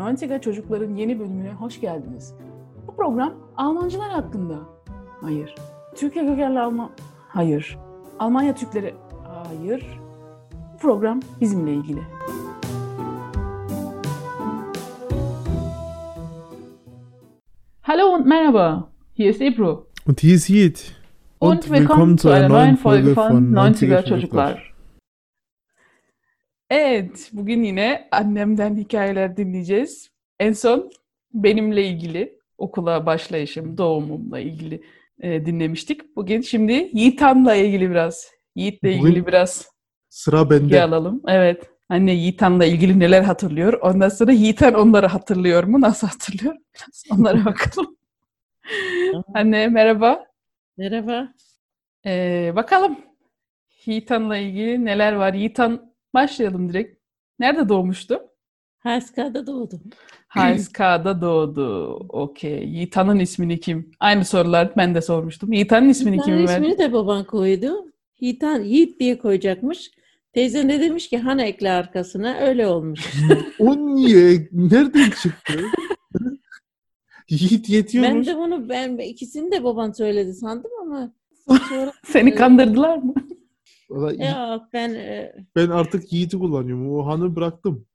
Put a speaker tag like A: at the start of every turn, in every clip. A: Antika Çocukların yeni bölümüne hoş geldiniz. Bu program Almancılar hakkında. Hayır. Türkiye kökenli Alman... Hayır. Almanya Türkleri... Hayır. Bu program bizimle ilgili. Hallo und merhaba. Hier ist Ebru.
B: Und hier ist Yiğit.
A: Und, willkommen, zu einer neuen Folge von 90er Çocuklar. Evet, bugün yine annemden hikayeler dinleyeceğiz. En son benimle ilgili, okula başlayışım, doğumumla ilgili e, dinlemiştik. Bugün şimdi Yiğit Han'la ilgili biraz, Yiğit'le
B: Bugün-
A: ilgili biraz
B: Sıra bende.
A: bilgi alalım. Evet, anne Yiğit Han'la ilgili neler hatırlıyor? Ondan sonra Yiğit Han onları hatırlıyor mu? Nasıl hatırlıyor? Biraz Onlara bakalım. Anne merhaba.
C: Merhaba.
A: Ee, bakalım Yiğitan'la ilgili neler var. Yiğitan başlayalım direkt. Nerede doğmuştu?
C: Haskada doğdum.
A: HSK'da doğdu. Okey. Yiğitan'ın ismini kim? Aynı sorular ben de sormuştum. Yiğitan'ın ismini
C: Yiğitan'ın
A: kim verdi?
C: ismini de baban koydu. Yiğitan, Yiğit diye koyacakmış. Teyze ne demiş ki han ekle arkasına öyle olmuş.
B: O niye? Nereden çıktı? Yiğit
C: ben
B: yetiyormuş.
C: de bunu ben ikisini de baban söyledi sandım ama sonra
A: Seni kandırdılar mı?
B: Valla Yiğit-
C: ya ben e,
B: Ben artık Yiğit'i kullanıyorum. O hanı bıraktım.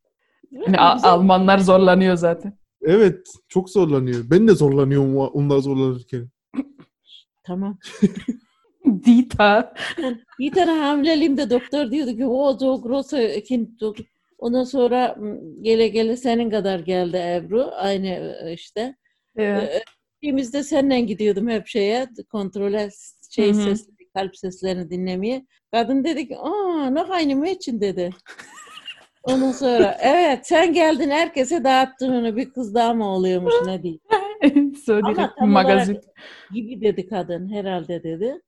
A: Hani Al- Almanlar zorlanıyor zaten.
B: Evet. Çok zorlanıyor. Ben de zorlanıyorum o- onlar zorlanırken.
C: tamam.
A: Dita.
C: Bir tane hamileliğimde doktor diyordu ki o çok rosa ikinci doktor. Ondan sonra m, gele gele senin kadar geldi Ebru. Aynı e, işte.
A: Evet.
C: Gittiğimizde seninle gidiyordum hep şeye kontrole şey
A: Hı hı.
C: sesleri, kalp seslerini dinlemeye. Kadın dedi ki aa ne aynı için dedi. Ondan sonra evet sen geldin herkese dağıttın onu bir kız daha mı oluyormuş ne diye.
A: so
C: Ee, Ama
A: direkt
C: tam
A: magazin.
C: Gibi dedi kadın herhalde dedi.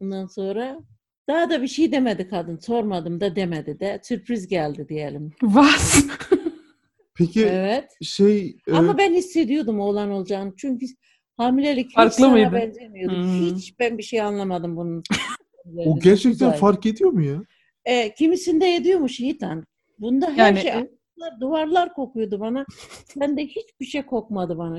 C: Ondan sonra daha da bir şey demedi kadın. Sormadım da demedi de. Sürpriz geldi diyelim.
A: Vas.
B: Peki
C: Evet.
B: şey... e,
C: Ama ben hissediyordum oğlan olacağını. Çünkü hamilelik
A: Farklı
C: hiç sana
A: mıydı?
C: benzemiyordu.
A: Hmm.
C: Hiç ben bir şey anlamadım bunun.
B: o gerçekten fark ediyor mu ya?
C: E, kimisinde ediyormuş Yiğitan. Bunda her
A: Yani-
B: e?
C: şey duvarlar, duvarlar kokuyordu bana. Bende hiçbir şey kokmadı bana.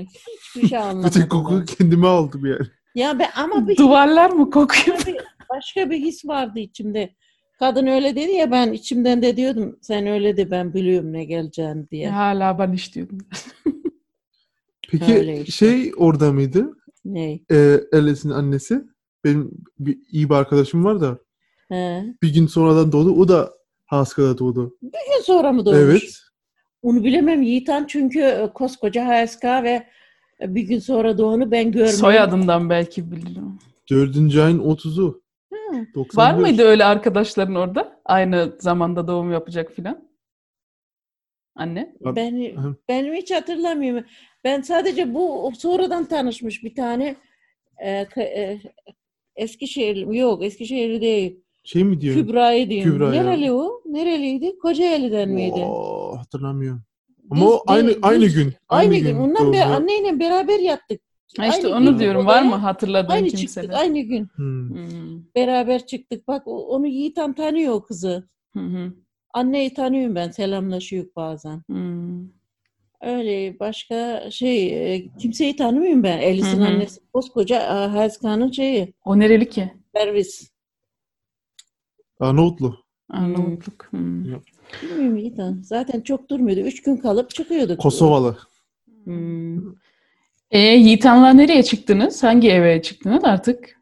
C: Hiçbir şey anlamadım.
B: Bütün kokuyu kendime aldım yani.
C: Ya ben ama bir
A: Duvarlar mı kokuyor?
C: başka bir, şey, başka bir his vardı içimde. Kadın öyle dedi ya ben içimden de diyordum sen öyle de ben biliyorum ne geleceğini diye.
A: Hala ben istiyordum.
B: Peki
C: Öyle işte.
B: şey orada mıydı?
C: Ney?
B: Ee, Alice'in annesi. Benim bir, iyi bir arkadaşım var da.
C: He.
B: Bir gün sonradan doğdu. O da Haskada doğdu.
C: Bir gün sonra mı doğmuş?
B: Evet.
C: Onu bilemem Yiğitan çünkü e, koskoca HSK ve e, bir gün sonra doğanı ben görmedim.
A: Soyadından belki bilirim.
B: Dördüncü ayın 30'u.
C: Hı.
B: 95.
A: Var mıydı öyle arkadaşların orada? Aynı zamanda doğum yapacak filan. Anne.
C: Ben,
B: Hı.
C: benim hiç hatırlamıyorum. Ben sadece bu sonradan tanışmış bir tane e, k- e, Eskişehirli yok Eskişehirli değil.
B: Şey mi diyor?
C: Kübra'yı diyorum.
B: Kübra ya.
C: Nereli o? Nereliydi? Kocaeli'den miydi?
B: Oo, hatırlamıyorum.
C: Düz
B: Ama o aynı
C: değil,
B: aynı
C: düz-
B: gün.
C: Aynı gün. Ondan
B: doğdu.
C: beri anneyle beraber yattık.
A: Ha işte
C: Aynı
A: onu
C: gün
A: diyorum.
C: odaya
A: Var mı hatırladığın
C: Aynı
A: kimseler?
C: çıktık aynı gün.
B: Hmm.
A: Hmm.
C: Beraber çıktık. Bak o- onu Yiğitan tanıyor o kızı.
A: Hı hı.
C: Anneyi tanıyorum ben. Selamlaşıyoruz bazen.
A: Hmm.
C: Öyle başka şey e, kimseyi tanımıyorum ben. Elis'in
A: Hı hı.
C: annesi koskoca e, Haska'nın şeyi
A: O nereli ki?
C: servis.
B: Arnavutlu.
A: Arnavutluk. Hmm.
C: Bilmiyorum Yiğitan. Zaten çok durmuyordu. Üç gün kalıp çıkıyorduk.
B: Kosovalı.
A: Hmm. E, Yiğitanlar nereye çıktınız? Hangi eve çıktınız artık?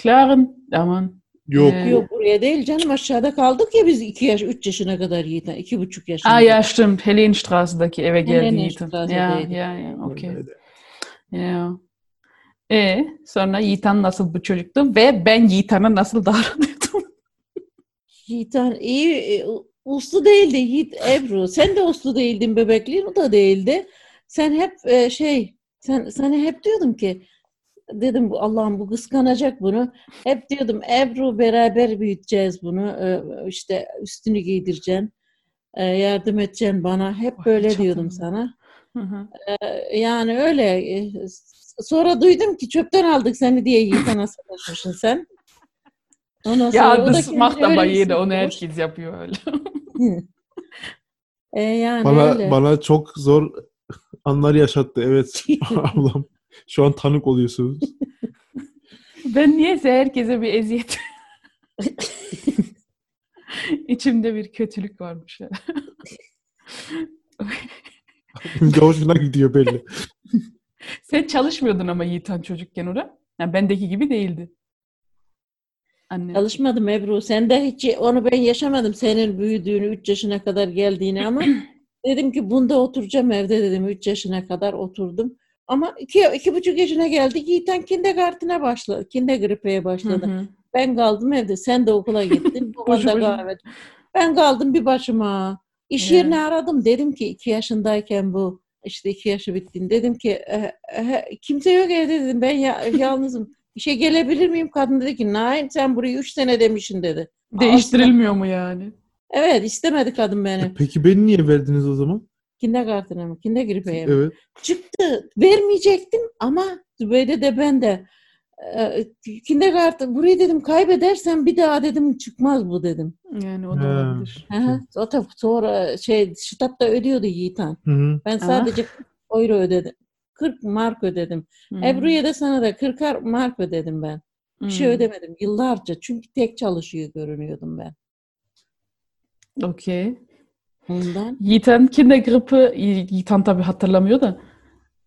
A: Klaren. Aman.
B: Yok.
A: Ee,
C: Yok buraya değil canım aşağıda kaldık ya biz iki yaş, üç yaşına kadar Yiğitan. iki buçuk yaşına.
A: Ah
C: kadar.
A: ja stimmt. Helenstraße'daki eve geldi Yiğitan. Ya
C: Helenstraße'deydi.
A: ya ya. Okey. Ya. E sonra Yiğitan nasıl bir çocuktu ve ben Yiğitan'a nasıl davranıyordum?
C: Yiğitan iyi e, uslu değildi Yiğit Ebru. Sen de uslu değildin bebekliğin o da değildi. Sen hep e, şey sen sana hep diyordum ki dedim bu Allah'ım bu kıskanacak bunu. Hep diyordum Ebru beraber büyüteceğiz bunu. E, işte üstünü giydireceksin. E, yardım edeceksin bana. Hep
A: Ay,
C: böyle
A: hiç
C: diyordum
A: hatırlamıyorum.
C: sana.
A: Hı hı.
C: Yani öyle. e, s- Sonra duydum ki çöpten aldık seni diye Yiğit'e nasıl taşmışsın sen. Ondan sonra
A: Ya
C: o da
A: das
C: kendini
A: macht
C: öyle
A: aber jeder. Onu
C: hissediyor.
A: herkes yapıyor öyle.
C: E yani
B: Bana
C: öyle.
B: bana çok zor Anları yaşattı evet ablam. Şu an tanık oluyorsunuz.
A: Ben niyeyse herkese bir eziyet. İçimde bir kötülük varmış. ya.
B: Şimdi hoşuna gidiyor belli.
A: Sen çalışmıyordun ama Yiğitan çocukken orada. Yani bendeki gibi değildi. Anne.
C: Alışmadım Ebru. Sen de hiç onu ben yaşamadım. Senin büyüdüğünü 3 yaşına kadar geldiğini ama dedim ki bunda oturacağım evde dedim. 3 yaşına kadar oturdum. Ama iki, iki buçuk yaşına geldi. Yiğiten kindergarten'a başladı. Kindergripe'ye
A: Hı
C: başladı.
A: hı.
C: Ben kaldım evde. Sen de okula gittin. Baban
A: Boşu
C: da
A: boşuna.
C: kahvede. Ben kaldım bir başıma. İş
A: Ya.
C: yerini aradım. Dedim ki iki yaşındayken bu işte iki yaşı bittiğini. Dedim ki "E, e, kimse yok evde dedim. Ben ya, yalnızım. İşe gelebilir miyim? Kadın dedi ki Naim sen burayı üç sene demişsin dedi.
A: Değiştirilmiyor mu yani?
C: Evet istemedi kadın beni.
B: Peki beni niye verdiniz o zaman?
C: Kindergarten'a mı? Kindergripe'ye mi?
B: Evet.
C: çıktı. Vermeyecektim ama Zübeyde de ben de e, kindergarten burayı dedim kaybedersen bir daha dedim çıkmaz bu dedim.
A: Yani o da
B: Ha.
A: olabilir.
C: Aha, o da sonra şey ştapta ödüyordu Yiğitan.
B: Hı hı.
C: Ben
A: Aha.
C: sadece 40 euro ödedim. 40 mark ödedim.
A: Hı.
C: Ebru'ya da sana da 40 mark ödedim ben. Bir şey
A: Hı.
C: ödemedim yıllarca. Çünkü tek çalışıyor görünüyordum ben.
A: Okey.
C: Ondan.
A: Yiğitan kindergrippe, Yiğitan tabii hatırlamıyor da.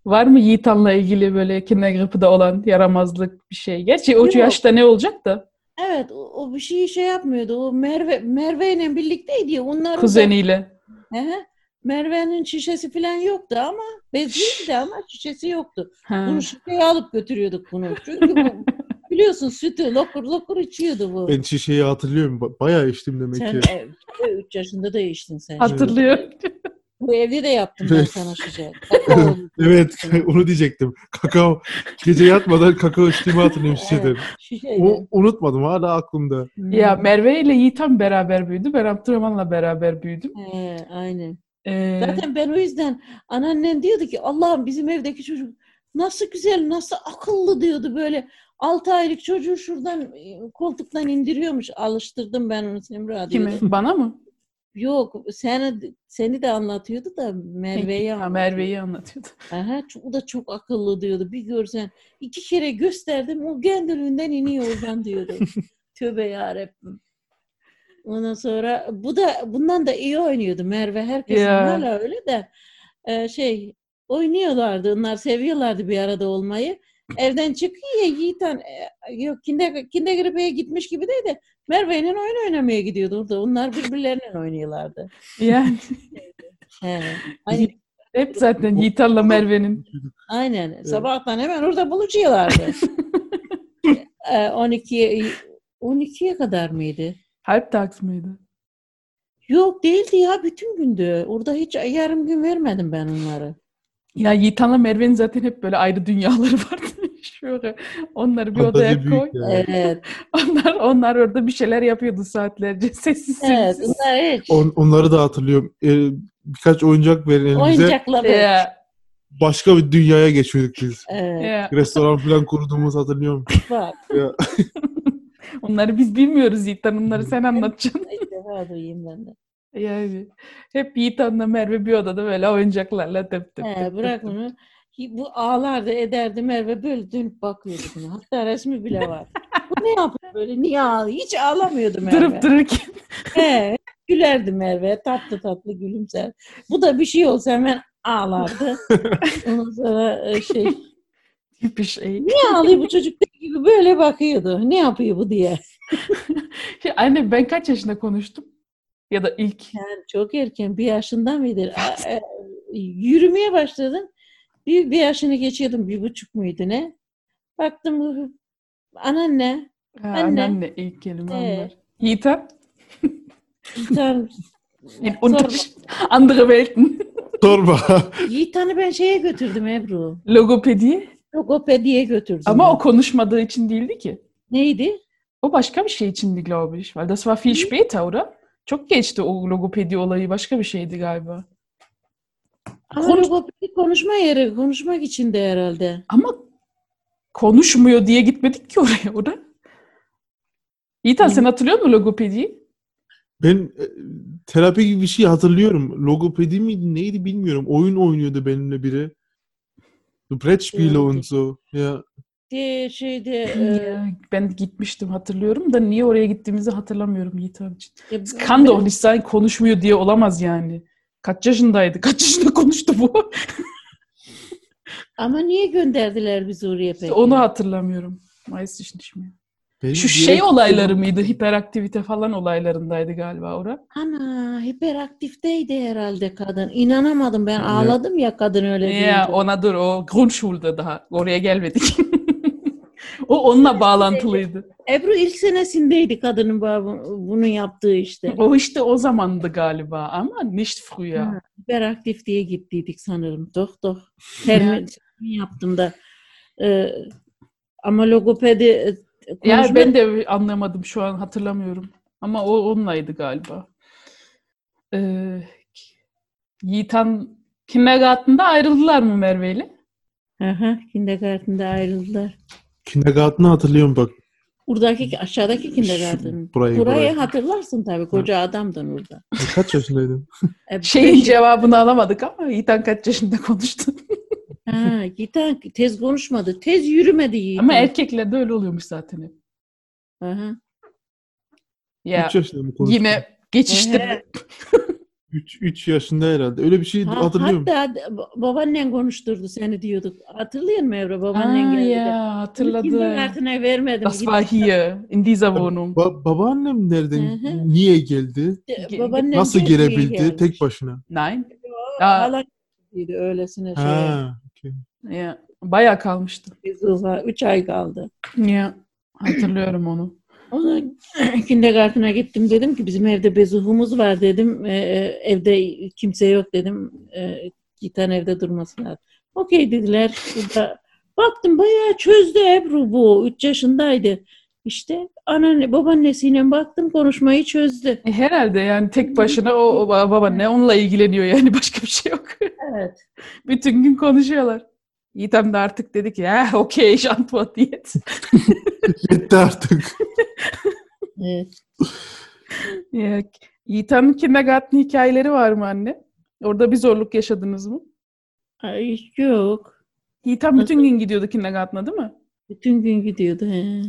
A: Var mı Yiğitan'la ilgili böyle kindergrippe de olan yaramazlık bir şey? Gerçi o
C: Yok.
A: yaşta ne olacak da
C: Evet o, o bir şey şey yapmıyordu. O Merve Merve ile birlikteydi. ya, Onların da-
A: kuzeniyle.
C: Ehe. Merve'nin şişesi falan yoktu ama bezliydi ama şişesi yoktu.
A: Ha.
C: Bunu şişeye alıp götürüyorduk bunu. Çünkü bu, biliyorsun sütü lokur lokur içiyordu bu.
B: Ben şişeyi hatırlıyorum. Ba- Bayağı içtim demek
C: Sen e,
B: ki.
C: 3 yaşında da içtin sen.
A: Hatırlıyor.
C: Bu evde de yaptım ben
B: Evet.
C: sana şey. şişe. Kakao.
B: Evet onu diyecektim. Kakao. Gece yatmadan kakao içtiğimi hatırlıyorum şişeden.
C: Şişeydi.
B: O, unutmadım hala aklımda.
C: Hmm.
A: Ya Merve ile Yiğitan beraber büyüdü. Ben Abdurrahman'la beraber büyüdüm.
C: He, aynen.
A: Ee,
C: Zaten ben o yüzden anneannem diyordu ki Allah'ım bizim evdeki çocuk nasıl güzel, nasıl akıllı diyordu böyle. 6 aylık çocuğu şuradan e, koltuktan indiriyormuş. Alıştırdım ben onu Semra diyordu.
A: kimi? Bana mı?
C: Yok seni, seni de anlatıyordu da Merve'yi
A: Ha,
C: anlatıyordu.
A: Merve'yi anlatıyordu.
C: Aha, çok- o da çok akıllı diyordu. Bir görsen iki kere gösterdim o kendiliğinden iniyor oradan diyordu. Tövbe yarabbim. Ondan sonra bu da bundan da iyi oynuyordu Merve. Herkesin
A: Ya.
C: hala öyle de e, şey oynuyorlardı. Onlar seviyorlardı bir arada olmayı. Evden çıkıyor Yiğitan e, yok kinder, kindergripe'ye gitmiş gibi değil de Merve'nin oyun oynamaya gidiyordu orada. Onlar birbirlerine oynuyorlardı.
A: Yani
C: He. Hani
A: hep zaten Yiğitan'la Merve'nin.
C: Aynen. Sabahtan hemen orada buluşuyorlardı. Ee, 12'ye 12'ye kadar mıydı?
A: Halp tax mıydı?
C: Yok değildi ya bütün gündü. Orada hiç yarım gün vermedim ben onları.
A: Ya Yiğitan'la Merve'nin zaten hep böyle ayrı dünyaları vardı. Şöyle onları bir
B: Fantazi
A: odaya
B: büyük
A: koy.
B: yani.
C: Evet.
A: Onlar onlar orada bir şeyler yapıyordu saatlerce sessiz
C: evet.
A: sessiz.
C: Onlar hiç.
B: On- onları da hatırlıyorum. Ee, birkaç oyuncak verin elimize.
C: Oyuncakla böyle.
A: Ya,
B: Başka bir dünyaya geçiyorduk biz.
C: Evet.
A: ya.
B: Restoran falan kurduğumuz hatırlıyorum.
C: Bak.
A: Onları biz bilmiyoruz Yiğitan. Onları sen anlatacaksın.
C: ilk defa duyayım ben de.
A: Yani hep Yiğitan'la Merve bir odada böyle oyuncaklarla tep tep tep
C: He,
A: tep
C: bırak
A: tep.
C: onu. Bu ağlardı ederdi Merve böyle dönüp bakıyordu buna. Hatta resmi bile var. Bu ne yapıyor böyle? Niye ağlıyor? Hiç ağlamıyordu Merve.
A: Durup dururken.
C: He, gülerdi Merve. Tatlı tatlı gülümser. Bu da bir şey olsa hemen ağlardı. Ondan sonra e, şey,
A: bir şey.
C: niye ağlıyor bu çocuk der gibi böyle bakıyordu. Ne yapıyor bu diye.
A: Şey, Anne ben kaç yaşında konuştum? Ya da ilk.
C: Yani çok erken bir yaşından beri a- e, yürümeye başladım. Bir, bir yaşını geçiyordum. Bir buçuk muydu ne? Baktım anneanne
A: Ha,
C: Anne.
A: anneanne ilk kelime
C: Ee.
A: onlar. Yiğitan.
C: Yiğitan,
A: Yani unter- andere Welten.
B: Sorma.
C: Yiğitan'ı ben şeye götürdüm Ebru.
A: Logopediye.
C: Logopediye götürdüm.
A: Ama o konuşmadığı için değildi ki.
C: neydi?
A: O başka bir şey içindi glaube ich. Weil das war viel später, oder? Çok geçti o logopedi olayı. Başka bir şeydi galiba.
C: Ama
A: Konuş-
C: logopedi konuşma yeri, konuşmak için de herhalde.
A: Ama konuşmuyor diye gitmedik ki oraya, o da. Yiğitan sen hatırlıyor musun logopediyi?
B: Ben e, terapi gibi bir şey hatırlıyorum. Logopedi miydi neydi bilmiyorum. Oyun oynuyordu benimle biri. Du Brettspiele
C: Evet.
B: und so. Ya
C: Diye şeyde e,
A: Ya, Ee, ben gitmiştim hatırlıyorum da niye oraya gittiğimizi hatırlamıyorum Yiğit abi için.
C: ya
A: Biz
C: bu-
A: Kan da insan konuşmuyor diye olamaz yani. Kaç yaşındaydı? Kaç yaşında konuştu bu?
C: Ama niye gönderdiler bizi oraya peki?
A: İşte onu hatırlamıyorum. Maalesef hiç düşmüyor.
B: benim
A: Şu
B: direkt-
A: şey olayları mıydı? Hiperaktivite falan olaylarındaydı galiba ora.
C: Ana hiperaktifteydi herhalde kadın. İnanamadım ben ağladım ya kadın öyle deyince.
A: Ya ona dur o Grundschul'da daha. Oraya gelmedik. o
C: Şey,
A: onunla bağlantılıydı.
C: Ebru ilk senesindeydi kadının bu- bunu yaptığı işte.
A: O işte o zamandı galiba ama nicht früher.
C: Ha, Hiperaktif diye gittiydik sanırım. Doch doch. Termin yaptım da. Ee, ama logopedi e,
A: Ya
C: konuşma-
A: ben de anlamadım şu an hatırlamıyorum. Ama o onlaydı galiba. Ee, Yiğitan kindergarten'da ayrıldılar mı Merve'yle?
C: Aha, kindergarten'de ayrıldılar.
B: Kindergarten'ı hatırlıyorum bak.
C: Buradaki aşağıdaki kindergarten.
B: burayı,
C: Burayı,
B: burayı.
C: hatırlarsın tabii. Koca adamdın orada.
B: Kaç yaşındaydın?
C: E,
A: Şeyin
C: beş-
A: cevabını alamadık ama Yiğitan kaç yaşında konuştu.
C: Ha, Yiğitan tez konuşmadı. Tez yürümedi Yiğitan.
A: ama erkeklerde öyle oluyormuş zaten hep.
C: Aha.
A: Ya
B: 3 yaşında mı konuştun?
A: yine geçiştirdik.
B: 3, yaşında herhalde. Öyle bir şey
C: Ha-
B: hatırlıyorum.
C: hatta d- ba- babaannen konuşturdu seni diyorduk. Hatırlıyor musun Evra? Babaannen
A: Aa,
C: geldi. de.
A: ya hatırladım.
C: Kindergarten'e vermedim.
A: Das war hier in dieser Wohnung.
B: Ba- babaannem nereden,
C: Hı hı.
B: niye geldi?
C: Gitti. Babaannem
B: Nasıl
C: Türkiye'ye
B: gelebildi
C: gelmiş.
B: tek başına?
A: Nein. Ah, Aa.
C: Hala gittiydi öylesine şey.
B: Ha, okey.
A: Ya, bayağı kalmıştı.
C: Biz uza- Üç ay kaldı.
A: Ya, hatırlıyorum onu.
C: Ona kindergarten'a gittim dedim ki bizim evde bezuhumuz var dedim. Ee, evde kimse yok dedim. Ee, iki tane evde durması lazım. Okey dediler. Burada baktım bayağı çözdü Ebru bu. Üç yaşındaydı. İşte anneanne babaannesiyle baktım konuşmayı çözdü.
A: E, herhalde yani tek başına o, o ba- babaanne onunla ilgileniyor yani başka bir şey yok.
C: Evet.
A: Bütün gün konuşuyorlar. Yiğitem de artık dedi ki "Eh, ha okey şantva diyet.
B: Yetti artık.
C: Evet.
A: Ya, Yiğitem'in kindergarten hikayeleri var mı anne? Orada bir zorluk yaşadınız mı?
C: Ay, yok.
A: Yiğitem bütün gün gidiyordu kindergarten'a değil mi?
C: Bütün gün gidiyordu. He.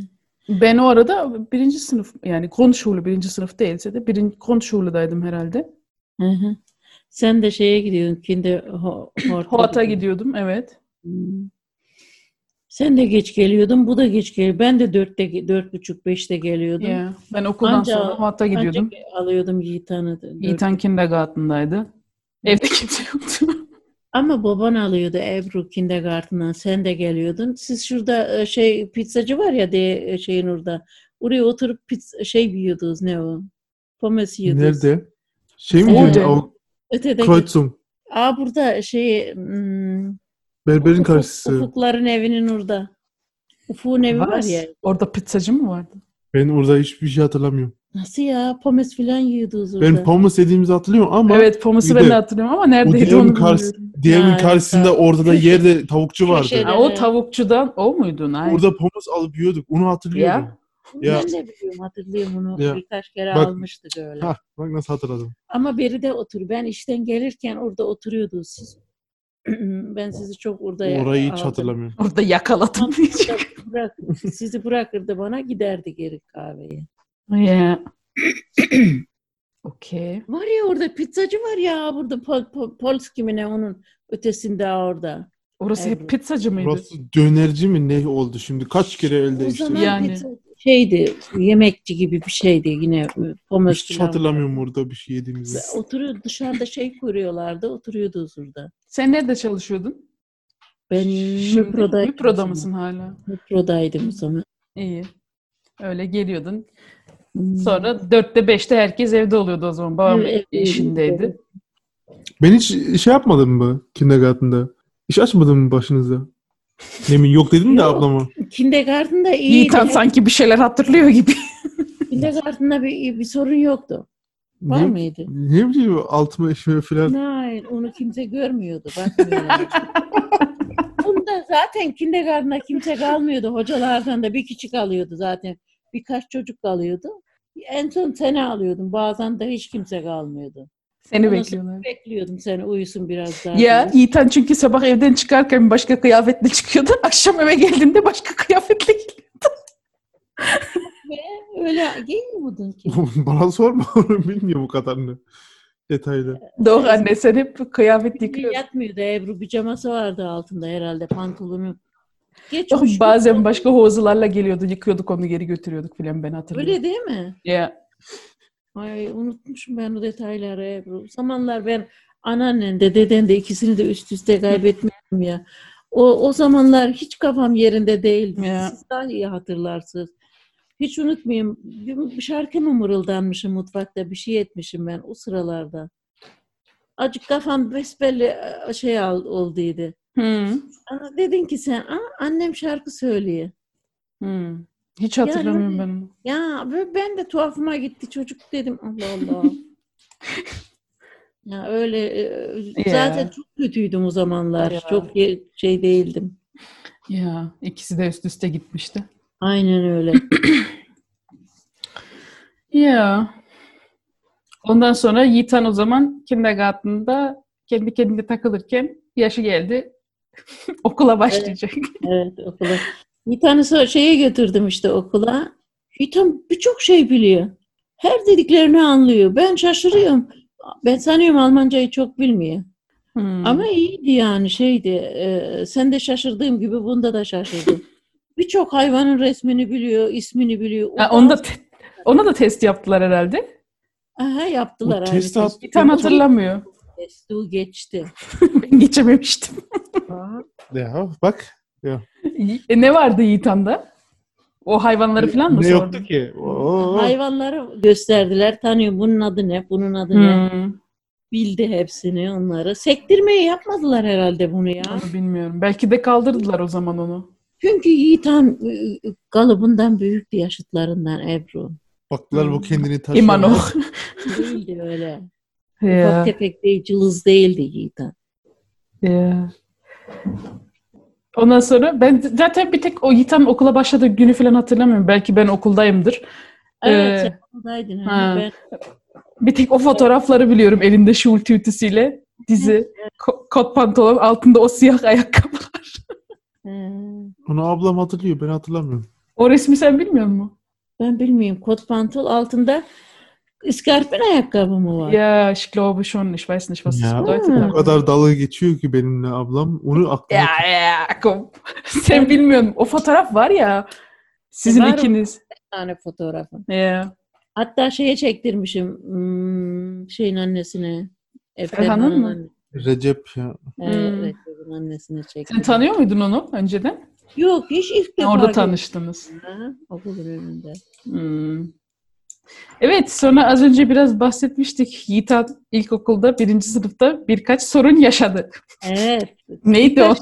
A: Ben o arada birinci sınıf yani konuşulu birinci sınıf değilse de birinci konuşuludaydım herhalde.
C: Hı hı. Sen de şeye gidiyordun. Kinder ho, horta
A: Hoat'a
C: gidiyordun.
A: gidiyordum evet.
C: Hmm. Sen de geç geliyordun. Bu da geç geliyor. Ben de dörtte, dört buçuk beşte geliyordum.
A: Ya, Ben okuldan
C: Anca-
A: sonra Hoat'a
C: Ancak
A: gidiyordum.
C: alıyordum Yiğitan'ı. da. Dört-
A: Yiğitem kindergarten'daydı. Evde kimse yoktu.
C: Ama baban alıyordu Ebru kindergarten'dan. Sen de geliyordun. Siz şurada e, şey pizzacı var ya de e, şeyin orada. Oraya oturup pizza, şey yiyordunuz ne o? Pommes yiyordunuz.
B: Nerede? Şey mi
A: Nerede?
B: diyorsun? Av-
C: Ötedeki.
B: Kreuzung.
C: Aa burada şey hmm,
B: Berberin
C: Ufuk-
B: karşısı.
C: Ufukların evinin orada. Ufuk'un evi E, var ya.
A: Orada pizzacı mı vardı?
B: Ben orada hiçbir şey hatırlamıyorum.
C: Nasıl ya? Pommes filan yiyordunuz orada.
B: Ben pommes yediğimizi hatırlıyorum ama
A: evet Pomus'u
B: bir
A: ben
B: de
A: de hatırlıyorum ama
B: o
A: neredeydi
B: diğerin,
A: onu
B: karşı,
A: bilmiyorum.
B: diğerin
C: Ha,
B: karşısında
C: tamam.
B: orada yerde tavukçu vardı.
C: Köşede.
A: Ha, o tavukçudan o muydu? Hayır.
B: Orada pommes alıp yiyorduk. Onu hatırlıyorum.
A: Ya.
B: Ya.
C: Ben de biliyorum hatırlıyorum onu.
B: Ya.
C: Birkaç kere
B: Bak-
C: almıştık öyle.
B: Hah, bak nasıl hatırladım.
C: Ama beride otur. Ben işten gelirken orada oturuyordunuz siz. ben sizi çok orada ya-
B: Orayı hiç
C: aldım.
B: hatırlamıyorum.
A: Orada yakaladım diyecek.
C: Burada bırak- sizi bırakırdı bana giderdi geri kahveye.
A: Ya. Okey.
C: Var ya orada pizzacı var ya burada Pol, Pol, Polski mi ne onun ötesinde orada.
A: Orası hep
C: Evet.
A: pizzacı mıydı?
B: Burası dönerci mi ne oldu şimdi? Kaç kere el
C: O
B: değiştirdi?
C: zaman
A: Yani.
C: pizza şeydi, yemekçi gibi bir şeydi yine. ıı, Pommes
B: Hiç
C: filan
B: hatırlamıyorum orada bir şey yediğimizi.
C: vardı. Oturuyor dışarıda şey kuruyorlardı, oturuyordunuz orada.
A: Sen nerede çalışıyordun?
C: Ben
A: Şimdi
C: Müpro'daydım. o
A: Müpro'da
C: zaman.
A: mısın hala?
C: Müpro'daydım o zaman.
A: İyi. Öyle geliyordun.
C: Hmm.
A: Sonra dörtte beşte herkes evde oluyordu o zaman. Babam
C: Evet, evet,
A: işindeydi.
B: Ben hiç şey yapmadım mı kindergarten'da? İş açmadım mı başınıza? Nemin yok dedim de
C: Yok.
B: ablama.
C: Kindergarten'da iyiydi.
A: Yiğitan sanki bir şeyler hatırlıyor gibi.
C: Kindergarten'da bir, bir sorun yoktu. Var
B: Ne-
C: mıydı?
B: Ne bileyim altıma işime falan.
C: Hayır, onu kimse görmüyordu. Bakmıyorlardı. Bunda zaten kindergarten'da kimse kalmıyordu. Hocalardan da bir küçük alıyordu zaten. Birkaç çocuk kalıyordu. En son seni alıyordum. Bazen de hiç kimse kalmıyordu.
A: Seni
C: Ondan
A: bekliyorlar.
C: Bekliyordum seni uyusun biraz daha.
A: Ya
C: diye.
A: Yiğitan çünkü sabah evden çıkarken başka kıyafetle çıkıyordu. Akşam eve geldiğinde başka kıyafetle geliyordu.
C: Öyle gelmiyordun ki.
B: Bana sorma onu bilmiyorum bu kadarını. Detaylı.
A: Doğru anne sen hep kıyafet
C: Yatmıyor
A: yıkıyorsun.
C: Yatmıyordu Ebru. Pijaması vardı altında herhalde pantolonu. Geç
A: Yok,
C: uçtu.
A: Oh, bazen başka hozularla geliyordu. Yıkıyorduk onu geri götürüyorduk filan ben hatırlıyorum.
C: Öyle değil mi?
A: Ya.
C: Ay unutmuşum ben o detayları Ebru. O Zamanlar ben anneannen de deden de ikisini de üst üste kaybetmiştim ya. O, o zamanlar hiç kafam yerinde değildi.
A: Ya.
C: Siz daha iyi hatırlarsınız. Hiç unutmayayım. Bir şarkı mı mırıldanmışım mutfakta bir şey etmişim ben o sıralarda. Acık kafam besbelli e, şey al- olduydu.
A: Hı.
C: Ana dedin ki sen Aa, annem şarkı söylüyor.
A: Hı. hmm. Hiç hatırlamıyorum
C: öyle.
A: ben onu.
C: Ya böyle ben de tuhafıma gitti çocuk dedim Allah Allah. ya öyle e,
A: Ya.
C: zaten çok kötüydüm o zamanlar.
A: Ya.
C: Çok ye- şey değildim.
A: Ya ikisi de üst üste gitmişti.
C: Aynen öyle.
A: Ya. Ondan sonra Yiğitan o zaman kindergarten'da kendi kendine takılırken yaşı geldi. Okula başlayacak.
C: evet okula. Bir tane so- şeye götürdüm işte okula. Hitam birçok şey biliyor. Her dediklerini anlıyor. Ben şaşırıyorum. Ben sanıyorum Almancayı çok bilmiyor.
A: Hmm.
C: Ama iyiydi yani şeydi. e, sen de şaşırdığım gibi bunda da şaşırdım. Birçok hayvanın resmini biliyor, ismini biliyor.
A: Ha,
C: O
A: onu
C: da-
A: da te- ona da test yaptılar herhalde.
C: Aha,
B: Bu
C: yaptılar.
B: test
C: aynı
B: at-
A: Yiğitan hatırlamıyor.
C: testi. O geçti.
A: ben geçememiştim.
B: Ya bak
A: E, ne vardı Yiğitan'da? O hayvanları falan mı
B: ne
A: sordun?
B: yoktu ki? Oo.
C: Hayvanları gösterdiler. Tanıyor bunun adı ne, bunun adı ne.
A: Hmm,
C: Bildi hepsini onları. Sektirmeyi yapmadılar herhalde bunu ya.
A: onu bilmiyorum. Belki de kaldırdılar o zaman onu.
C: Çünkü Yiğit Han e, kalıbından büyüktü yaşıtlarından Ebru.
B: Baktılar bu kendini taşıyor.
A: İmano.
C: Değildi öyle.
A: Ya,
C: Ufak tefek değil, cılız değildi Yiğit Han.
A: ya. Ondan sonra ben z- zaten bir tek o Yiğitan okula başladığı günü falan hatırlamıyorum. Belki ben okuldayımdır.
C: Evet,
A: Ee,
C: sen oradaydın. hani
A: ha.
C: ben
A: Bir tek o fotoğrafları biliyorum elinde şul tütüsüyle. Dizi, ko- kot pantolon, altında o siyah ayakkabılar.
C: Ee,
B: Onu ablam hatırlıyor ben hatırlamıyorum.
A: O resmi sen bilmiyor musun?
C: Ben bilmiyorum. Kot pantol altında iskarpin ayakkabı mı var?
A: Ya, ich glaube schon. Ich weiß nicht, was es
B: Ya,
A: bedeutet.
C: o
B: O kadar dalga geçiyor ki benimle ablam. Onu aklıma
A: Ya ya kom. Sen bilmiyorsun. O fotoğraf var ya. Sizin
C: Var o.
A: ikiniz.
C: Bir tane fotoğrafı.
A: Ya.
C: Hatta şeye çektirmişim. hmm, şeyin annesine. E,
A: Ferhan'ın
C: Ferhan'ın
A: mı?
C: anne- e,
B: Recep ya.
C: Evet,
A: Hmm.
C: Recep'in annesine çektim.
A: Sen tanıyor muydun onu önceden?
C: Yok hiç ilk
A: Ha,
C: defa.
A: Orada
C: gördüm.
A: tanıştınız.
C: Ha, Okulun önünde.
A: Hmm. Evet, sonra az önce biraz bahsetmiştik. Yiğitan ilkokulda birinci sınıfta birkaç sorun yaşadı.
C: Evet.
A: Neydi o?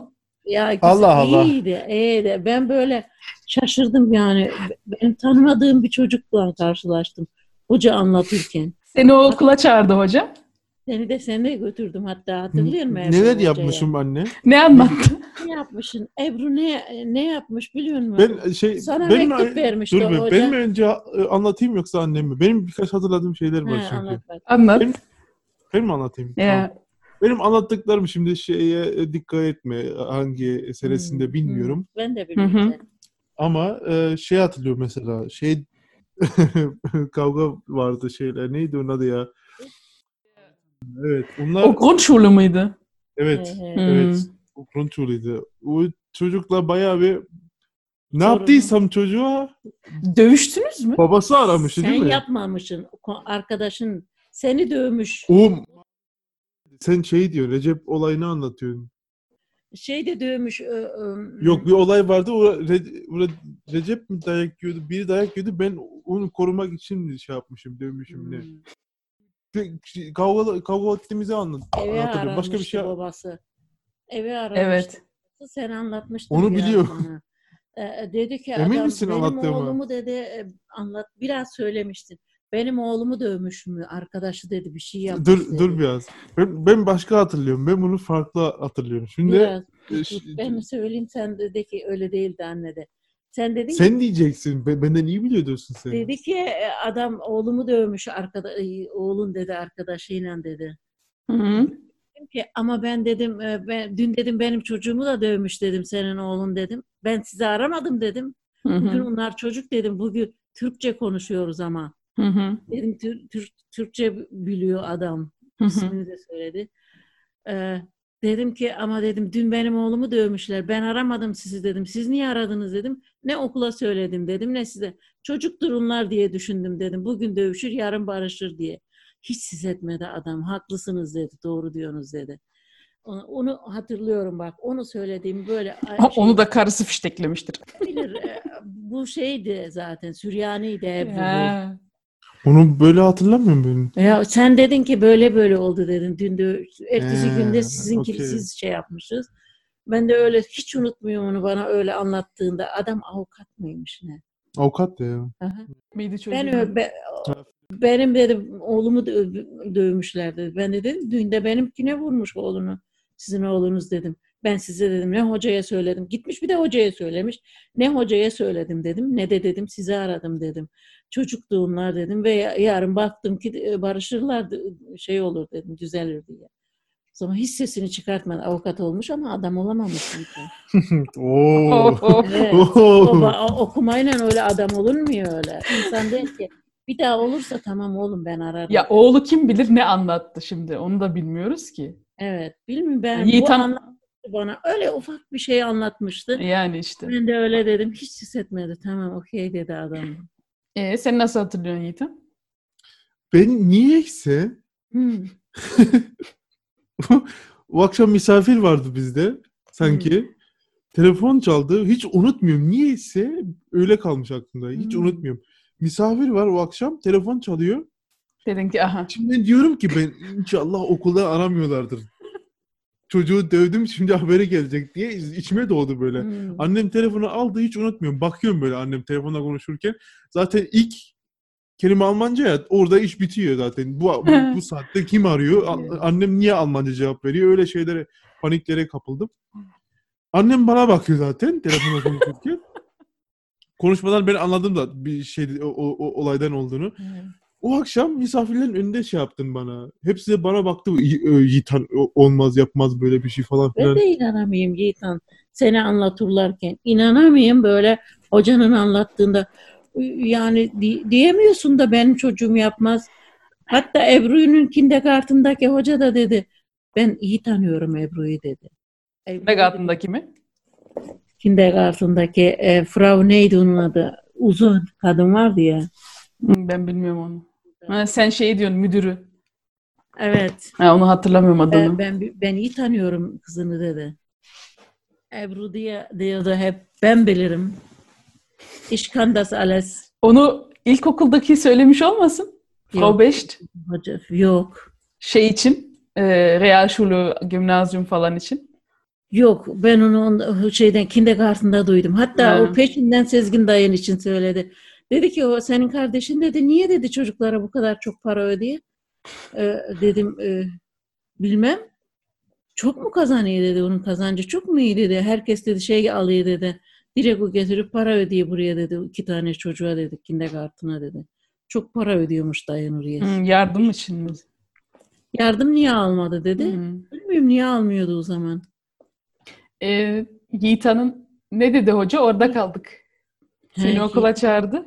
C: Ya güzel,
B: Allah Allah.
C: iyiydi, iyiydi. Ben böyle şaşırdım yani. Benim tanımadığım bir çocukla karşılaştım. Hoca anlatırken.
A: Seni o okula çağırdı hoca.
C: Seni de seni de götürdüm hatta hatırlıyor musun? Ebru
B: Neler
C: Hoca'ya?
B: yapmışım anne?
A: Ne anlattı?
C: Ne yapmışsın? Ebru ne ne yapmış biliyor musun?
B: Ben şey
C: Sana
B: benim
C: mektup vermişti
B: Dur be,
C: hoca.
B: benim önce e, anlatayım yoksa annem mi? Benim birkaç hatırladığım şeyler var
C: Ha,
B: çünkü.
C: anlat bak.
A: Anlat. Ee,
B: Benim mi anlatayım? Tamam.
A: Ya.
B: Benim anlattıklarım şimdi şeye e, dikkat etme hangi seresinde
C: Hmm,
B: bilmiyorum.
C: hmm. Ben de
A: Hı hı.
C: bilmiyorum.
B: Ama e, şey hatırlıyorum mesela. Şey kavga vardı şeyler. Neydi onun adı ya? Evet. Onlar
A: O Grundschule mıydı?
B: evet.
C: He, he.
B: Evet.
A: Hmm.
B: O Grundschule'ydi. O çocukla bayağı bir ne
C: Sorun.
B: yaptıysam çocuğa
A: Hmm. Dövüştünüz mü?
B: babası aramıştı
C: Sen
B: değil mi?
C: yapmamışsın. Ko- Arkadaşın seni dövmüş.
B: Oğlum sen şey diyor Recep olayını anlatıyorsun.
C: Şey de dövmüş. ö- ö-
B: Yok bir olay vardı. O Re- Re- Recep mi dayak yiyordu? Biri dayak yiyordu. Ben onu korumak için şey yapmışım, dövmüşüm ne.
C: Hmm.
B: Şey, Kavga kavga ettiğimizi anlat.
C: Eve
B: anlatırım. Başka bir şey.
C: babası. Eve aramıştı.
A: Evet.
C: Sen anlatmıştın.
B: Onu
C: biraz
B: biliyorum.
C: bana. Ee, dedi ki
B: Emin
C: adam,
B: misin
C: benim
B: anlattığıma?"
C: oğlumu dedi e, anlat biraz söylemiştin. Benim oğlumu dövmüş mü arkadaşı dedi bir şey yapmış.
B: Dur
C: dedi.
B: dur biraz. Ben, ben başka hatırlıyorum. Ben bunu farklı hatırlıyorum. Şimdi
C: Biraz
B: e,
C: dur,
B: ş-
C: ben mi söyleyeyim sen de de ki öyle değildi anne de. Sen dedin ki,
B: Sen diyeceksin. Be- Benden iyi biliyorsun sen.
C: dedi ki e, adam oğlumu dövmüş arkada e, oğlun dedi arkadaşıyla dedi.
A: Hı-hı.
C: Dedim ki ama ben dedim e, ben dün dedim benim çocuğumu da dövmüş dedim senin oğlun dedim. Ben sizi aramadım dedim. Bugün onlar çocuk dedim. Bugün Türkçe konuşuyoruz ama.
A: Hı-hı.
C: Dedim Tür- Türk- Türkçe biliyor adam. İsmini de söyledi. Ee, dedim ki ama dedim dün benim oğlumu dövmüşler. Ben aramadım sizi dedim. Siz niye aradınız dedim. Ne okula söyledim dedim ne size. Çocuk durumlar diye düşündüm dedim. Bugün dövüşür yarın barışır diye. Hiç siz etmedi adam. Haklısınız dedi. Doğru diyorsunuz dedi. Onu, onu hatırlıyorum bak. Onu söylediğim böyle.
A: Ha, Onu da karısı fişteklemiştir.
C: bilir. Ee, Bu şeydi zaten. Süryani'ydi Ebru.
A: Ha.
B: Onu böyle hatırlamıyorum ben.
C: Ya sen dedin ki böyle böyle oldu dedin. Dün de ertesi
B: He,
C: günde sizinki
B: okey.
C: siz şey yapmışız. Ben de öyle hiç unutmuyorum onu bana öyle anlattığında. Adam avukat mıymış ne?
B: Avukat da ya.
A: Miydi çocuğun?
C: Ben ö- be- benim dedim oğlumu dö- dövmüşler dedi. Ben de dedim dün de benimkine vurmuş oğlunu. Sizin oğlunuz dedim. Ben size dedim ne hocaya söyledim. Gitmiş bir de hocaya söylemiş. Ne hocaya söyledim dedim. Ne de dedim sizi aradım dedim. Çocukluğumlar dedim ve ya- yarın baktım ki e, barışırlar d- şey olur dedim düzelir diye. O zaman hiç sesini çıkartmadı. Avukat olmuş ama adam olamamış. çünkü.
B: Oo.
A: Oh, oh.
C: Evet.
B: Oo.
C: Baba o- okumayla öyle adam olunmuyor öyle. İnsan der ki bir daha olursa tamam oğlum ben ararım.
A: Ya oğlu kim bilir ne anlattı şimdi. Onu da bilmiyoruz ki.
C: Evet. Bilmiyorum ben
A: Yiğit
C: bu
A: Han-
C: anlattı bana öyle ufak bir şey anlatmıştı.
A: Yani işte.
C: Ben de öyle dedim. Hiç hissetmedi. Tamam okey dedi adam.
A: Ee, sen nasıl hatırlıyorsun Yiğit'im?
B: Ben niyeyse
C: Hmm.
B: o akşam misafir vardı bizde sanki. Telefon çaldı. Hiç unutmuyorum. Niyeyse öyle kalmış aklımda. Hiç
A: Hmm.
B: unutmuyorum. Misafir var o akşam. Telefon çalıyor.
A: Dedin ki aha.
B: Şimdi ben diyorum ki ben inşallah okulda aramıyorlardır. Çocuğu dövdüm şimdi haberi gelecek diye içime doğdu böyle.
C: Hmm.
B: Annem telefonu aldı hiç unutmuyorum. Bakıyorum böyle annem telefonla konuşurken. Zaten ilk kelime Almanca ya orada iş bitiyor zaten. Bu, bu, bu saatte kim arıyor? A- annem niye Almanca cevap veriyor? Öyle şeylere paniklere kapıldım. Annem bana bakıyor zaten telefonla konuşurken. Konuşmadan ben anladım da bir şey o, o- o olaydan olduğunu. O akşam misafirlerin önünde şey yaptın bana. Hepsi de bana baktı. "İyi- ö, Yiğit Han, o- olmaz yapmaz böyle bir şey falan
C: Ben
B: filan.
C: de inanamayayım Yiğitan. Seni anlatırlarken. İnanamayayım böyle hocanın anlattığında. Yani di- diyemiyorsun da benim çocuğum yapmaz. Hatta Ebru'nun kindergarten'daki hoca da dedi. Ben iyi tanıyorum Ebru'yu dedi. Ebru
A: Ne katındaki mi?
C: Kindergarten'daki e, Frau neydi onun adı? Uzun kadın vardı ya.
A: Hı, Hmm, Ben bilmiyorum onu. Ha, sen şey diyorsun müdürü.
C: Evet. Ee,
A: Ha, onu hatırlamıyorum adını.
C: Ben, ben ben iyi tanıyorum kızını dedi. Ebru diye diyordu hep ben bilirim. Ich kann das alles.
A: Onu ilkokuldaki söylemiş olmasın? Frau
C: Yok.
A: Becht
C: Hoca yok.
A: şey için e, Realschule, Gymnasium falan için.
C: Yok ben onu on- şeyden kindergarten'da duydum. Hatta
A: Ha.
C: o peşinden Sezgin dayın için söyledi. Dedi ki o senin kardeşin dedi niye dedi çocuklara bu kadar çok para ödeye? Ee, dedim "E, bilmem. Çok mu kazanıyor dedi onun kazancı çok mu iyi dedi. Herkes dedi şey alıyor dedi. Direkt o getirip para ödeye buraya dedi. iki tane çocuğa dedi kindergarten'a dedi. Çok para ödüyormuş dayın oraya.
A: Hı, Hmm, yardım için mi? Hmm.
C: Yardım niye almadı dedi.
A: Hı.
C: Bilmiyorum niye almıyordu o zaman.
A: E, Yiğit Han'ın ne dedi hoca? Orada kaldık. Seni
C: He,
A: okula çağırdı.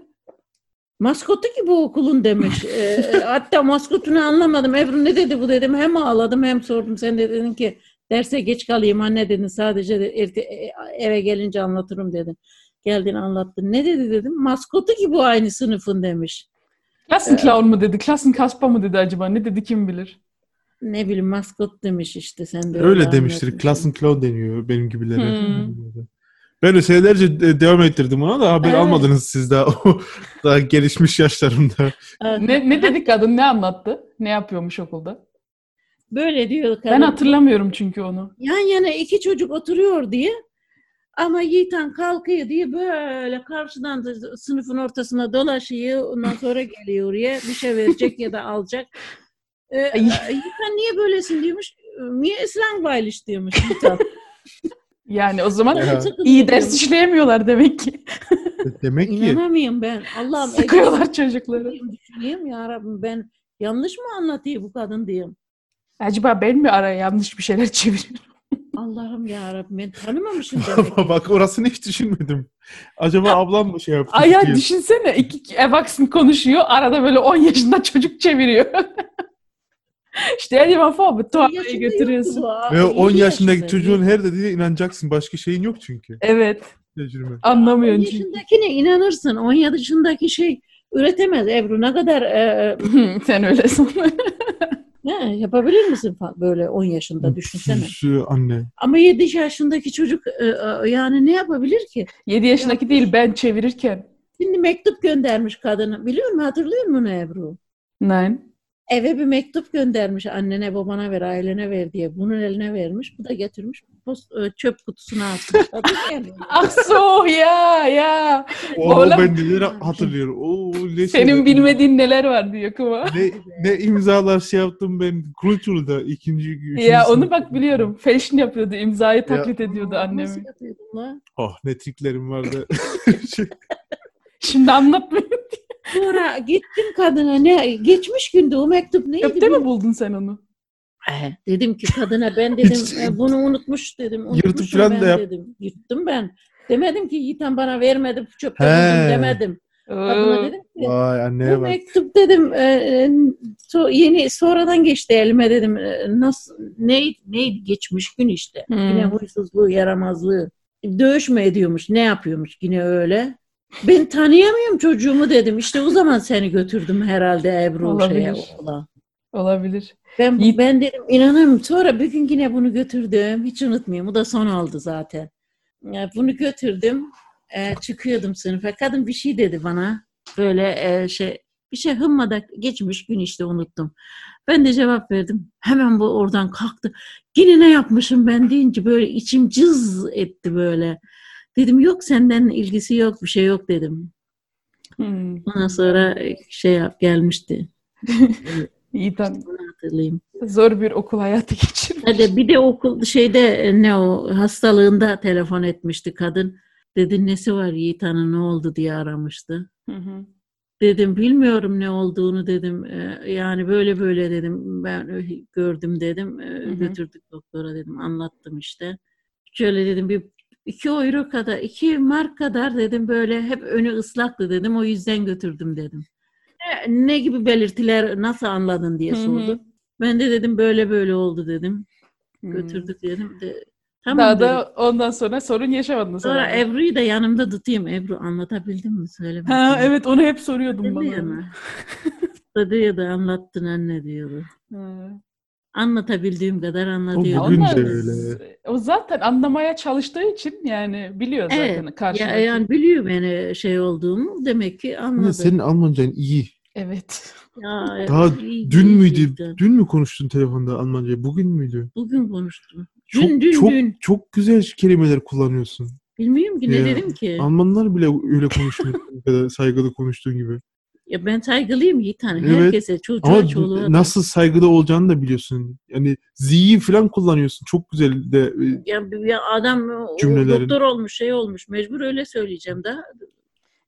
C: Maskotu ki bu okulun demiş. Ee, hatta maskotunu anlamadım. Ebru ne dedi bu dedim. Hem ağladım hem sordum. Sen de dedin ki derse geç kalayım anne dedin. Sadece de erte- e- eve gelince anlatırım dedin. Geldin anlattın. Ne dedi dedim. Maskotu ki bu aynı sınıfın demiş.
A: Klassen Clown mu dedi? Klassen Kaspa mı dedi acaba? Ne dedi kim bilir?
C: Ne bileyim maskot demiş işte sen de
B: Öyle demiştir.
C: anlatmışsın.
B: Klasın clown deniyor benim gibilere.
A: Hmm.
B: Ben de senelerce de- devam ettirdim ona da haber
C: Evet.
B: almadınız siz daha. O daha gelişmiş yaşlarımda.
C: Evet.
A: Ne, ne dedi kadın? Ne anlattı? Ne yapıyormuş okulda?
C: Böyle diyor kadın.
A: Ben hatırlamıyorum çünkü onu.
C: yan yana iki çocuk oturuyor diye ama Yiğitan kalkıyor diye böyle karşıdan da sınıfın ortasına dolaşıyor. Ondan sonra geliyor oraya bir şey verecek ya da alacak. Ee,
A: Ay.
C: Yiğitan niye böylesin diyormuş. Niye İslam diyormuş Yiğitan.
A: Yani o zaman
B: Ya.
A: iyi ders işleyemiyorlar demek ki.
B: Demek ki
C: İnanamıyorum ben. Allah'ım
A: Sıkıyorlar
C: evde-
A: çocukları.
C: Düşüneyim ya Rabbim ben yanlış mı anlatayım bu kadın diyeyim.
A: Acaba ben mi araya yanlış bir şeyler çeviriyorum?
C: Allah'ım ya Rabbim ben tanımamışım demek.
B: Ama bak orasını hiç düşünmedim. Acaba ablam mı şey yaptı?
A: Ay ya
B: diye.
A: düşünsene iki, iki Evax'ın konuşuyor arada böyle 10 yaşında çocuk çeviriyor. işte her zaman falan bu
C: Bir yaşında
A: tuhaflığı
C: yoktu
A: götürüyorsun.
C: bu ha,
B: Ve
C: elli
B: 10 yaşındaki
C: yaşında.
B: çocuğun her dediğine inanacaksın. Başka şeyin yok çünkü.
A: Evet
B: Tecrübe.
C: On
A: anlamıyorsun çünkü.
C: yaşındakine inanırsın. 10 yaşındaki şey üretemez Ebru. Ne kadar e,
A: Sen öyle sanma.
C: ne, yapabilir misin fa- böyle 10 yaşında düşünsene.
B: Şu anne.
C: Ama 7 yaşındaki çocuk e, e, yani ne yapabilir ki?
A: 7 yaşındaki değil ben çevirirken.
C: Şimdi mektup göndermiş kadına. Biliyor musun? Hatırlıyor musun bunu Ebru?
A: Nein.
C: Eve bir mektup göndermiş annene babana ver ailene ver diye. Bunun eline vermiş. Bu da getirmiş. Post, e, çöp kutusuna atmış. Kadın gelmiyor.
A: Aksu Ah, ya ya.
B: O,
A: Oğlum.
B: ben neler hatırlıyorum. Oo,
A: Senin
B: ne şeyler.
A: bilmediğin neler var diyor kuma.
B: Ne, ne imzalar şey yaptım ben. Crunchyroll'da ikinci, üçüncü
A: Ya onu
B: sınıf.
A: bak biliyorum. Fashion yapıyordu, imzayı taklit ediyordu
C: Nasıl
A: annemi.
C: yapıyordun lan?
B: Ah ne triklerim vardı. şey,
A: Şimdi anlatmıyorum.
C: Sonra gittim kadına ne geçmiş günde o mektup neydi?
A: Öpte mi buldun sen onu?
C: Eh, Dedim ki kadına ben dedim
B: Hiç-
C: e, bunu unutmuş dedim.
B: Yırtıp
C: Unutmuşum
B: falan
C: ben
B: da yap-
C: dedim. Yırttım ben. Demedim ki Yiğitan bana vermedi bu çöpten
B: He.
C: buldum demedim. Kadına
A: Ee,
C: dedim ki
B: vay anneye
C: bu
B: bak.
C: mektup dedim e, e, so- yeni sonradan geçti elime dedim. E, Nasıl neydi, neydi geçmiş gün işte.
A: Hmm.
C: Yine huysuzluğu yaramazlığı. Dövüş mü ediyormuş ne yapıyormuş yine öyle. Ben tanıyamıyorum çocuğumu dedim. İşte o zaman seni götürdüm herhalde Ebru şeye
A: Olabilir.
C: okula.
A: Olabilir.
C: Ben
A: Yiğit-
C: ben dedim inanamıyorum. Sonra bir gün yine bunu götürdüm. Hiç unutmuyorum. Bu da son oldu zaten. Ya bunu götürdüm. E, çıkıyordum sınıfa. Kadın bir şey dedi bana. Böyle e, şey bir şey hımmada geçmiş gün işte unuttum. Ben de cevap verdim. Hemen bu oradan kalktı. Yine ne yapmışım ben deyince böyle içim cız etti böyle. Dedim yok senden ilgisi yok bir şey yok dedim.
A: Hmm.
C: Ondan sonra e, şey yap, gelmişti.
A: İyi tan-
C: Bunu hatırlayayım.
A: Zor bir okul hayatı geçirmiş.
C: Hadi bir de okul şeyde e, ne o hastalığında telefon etmişti kadın. Dedi nesi var Yiğit Hanım ne oldu diye aramıştı.
A: Hı hı.
C: Dedim bilmiyorum ne olduğunu dedim. E, Yani böyle böyle dedim. Ben ö- gördüm dedim. E,
A: hı.
C: Götürdük doktora dedim. Anlattım işte. Şöyle dedim bir iki euro kadar, iki mark kadar dedim böyle hep önü ıslaktı dedim. O yüzden götürdüm dedim. "E, Ne gibi belirtiler nasıl anladın diye
A: Hı hı.
C: sordu. Ben de dedim böyle böyle oldu dedim
A: Hmm.
C: götürdük diyelim de. Tamam
A: Daha
C: dedim.
A: da ondan sonra sorun yaşamadın
C: Sonra
A: sonra.
C: Ebru'yu da yanımda tutayım. Ebru anlatabildim mi? Söyle
A: Ha
C: bakayım.
A: evet onu hep soruyordum
C: Dedi ya
A: bana.
C: ama. da diyordu anlattın anne diyordu.
A: Ha.
C: Anlatabildiğim kadar
B: Ya
A: Ya
C: anlatıyordum.
B: bugün
A: onlar-
B: de öyle.
A: O zaten anlamaya çalıştığı için yani biliyor
C: Evet.
A: zaten karşıdaki.
C: Ya, yani biliyorum yani şey olduğumu demek ki
B: Ama
C: anladım.
B: senin Almancan iyi.
A: Evet.
C: Ya,
B: Daha
C: iyi
B: Dün
C: değil
B: müydü?
C: cidden.
B: Dün mü konuştun telefonda Almanca? Bugün müydü?
C: Bugün konuştum. Dün
B: Çok
C: dün
B: çok
C: dün.
B: çok güzel kelimeler kullanıyorsun.
C: Bilmiyorum ki ne
B: Ya,
C: dedim ki.
B: Almanlar bile öyle konuşmuyor. bu kadar saygılı konuştuğun gibi.
C: Ya ben saygılıyım Yiğit Hanım.
B: Evet.
C: Herkese, çocuğa,
B: Ama
C: çoluğa. da.
B: nasıl saygılı olacağını da biliyorsun. Yani zi'yi falan kullanıyorsun. Çok güzel de e,
C: Ya, ya adam o
B: Cümlelerin-
C: doktor olmuş, şey olmuş. Mecbur öyle söyleyeceğim da.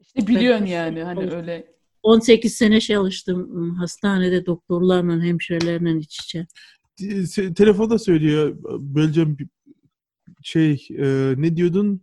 A: İşte biliyorsun
C: Ben-
A: yani hani öyle
C: 18 sene çalıştım ım, hastanede doktorlarla, hemşirelerle iç içe.
B: e, se- telefonda söylüyor. Belcem bir- şey e, ne diyordun?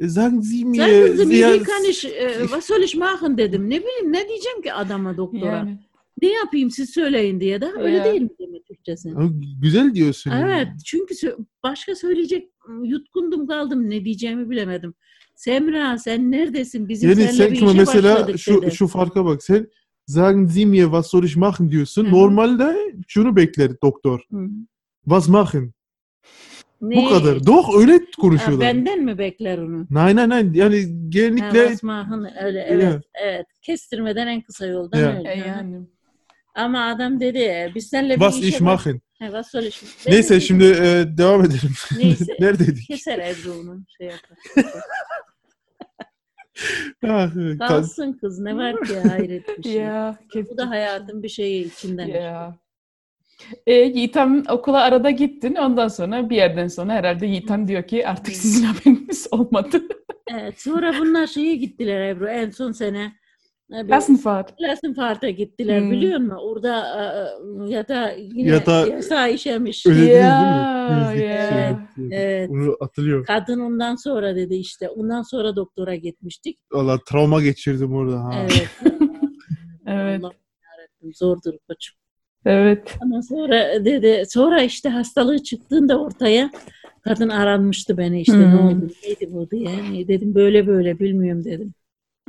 B: E, Sagen Sie mir.
C: Sen kızım
B: sehr-
C: iyi kanış, e, was soll ich machen dedim. Ne bileyim ne diyeceğim ki adama doktora.
A: yani. Ee,
C: Ne yapayım siz söyleyin diye. Daha öyle
A: Ya.
C: değil mi demek Türkçesi?
B: Ama Güzel diyorsun. yani.
C: Evet çünkü sö- başka söyleyecek ım, yutkundum kaldım ne diyeceğimi bilemedim. Semra sen neredesin? Bizim
B: Yani
C: seninle
B: sen
C: bir
B: şimdi
C: işe
B: mesela
C: başladık
B: şu
C: dedi.
B: şu farka bak sen sagen Sie mir was soll ich machen diyorsun.
C: Hı.
B: Normalde şunu bekler doktor.
C: Hı.
B: Was machen?
C: Ne?
B: Bu kadar. Doch öyle
C: Ha,
B: konuşuyorlar.
C: benden mi bekler onu?
B: Nein nein nein yani
C: Ha,
B: genellikle
C: basmağın öyle
B: Evet.
C: evet evet kestirmeden en kısa yoldan
B: Ya.
A: E
C: öyle.
A: yani.
C: Ama adam dedi e, biz seninle bir
B: was
C: işe
B: ich machen.
C: He, was soll ich machen? Ben
B: Neyse
C: dedim,
B: şimdi e, devam edelim.
C: Neyse.
B: Neredeydik?
C: keser Ebru onu şey yapar.
B: Ah, e, kan-
C: Kalsın kız ne var ki hayret bir şey.
A: Ya.
C: Bu da hayatın bir şeyi içinden.
A: Ya. E, Yiğitem okula arada gittin. Ondan sonra bir yerden sonra herhalde Yiğitem diyor ki artık sizin haberiniz olmadı.
C: Evet, sonra bunlar şeye gittiler Ebru en son sene. e, bir-
A: Lassen Fahrt.
C: Lassen Fahrt'a gittiler
A: Hmm.
C: biliyor musun? Orada e, yatağı yine
B: Yatağı-
C: yasağı işemiş.
B: Öyle değil
A: Ya,
B: mi? Temizlik
A: ya.
B: şey,
C: Evet.
B: Onu hatırlıyorum.
C: Kadın ondan sonra dedi işte. Ondan sonra doktora gitmiştik.
B: Valla travma geçirdim orada. Ha.
C: Evet.
A: Evet.
C: Allah'ım yarabbim, zordur koçum.
A: Evet.
C: Ama sonra dedi sonra işte hastalığı çıktığında ortaya kadın aranmıştı beni işte ne
A: Hmm.
C: oldu neydi bu diye. Ne dedim böyle böyle bilmiyorum dedim.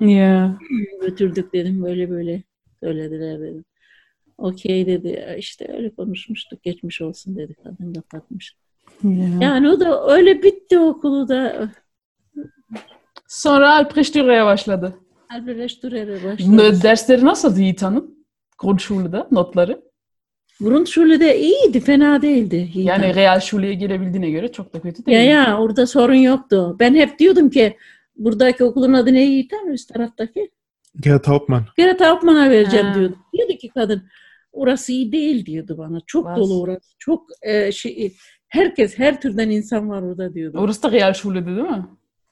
A: Ya.
C: Götürdük dedim böyle böyle söylediler dedim. Okey dedi işte öyle konuşmuştuk geçmiş olsun dedi kadın kapatmış.
A: ya.
C: Yani o da öyle bitti okulu da
A: Sonra Albrecht Dürer'e başladı.
C: Albrecht başladı.
A: Ne, dersleri nasıldı Yiğit Hanım? Grundschule'da notları.
C: Grundschule de iyiydi fena değildi.
A: Yani real şuleye gelebildiğine göre çok da kötü değil.
C: Ya ya orada sorun yoktu. Ben hep diyordum ki buradaki okulun adı ne Yiğitan üst taraftaki?
B: Gerrit Hauptmann.
C: Gerrit Hauptmann'a vereceğim
A: Ha.
C: diyordum. Diyordu ki kadın orası iyi değil diyordu bana. Çok
A: Vaz.
C: dolu orası. Çok e, şey, herkes her türden insan var orada diyordu.
A: Orası da real şulede değil mi?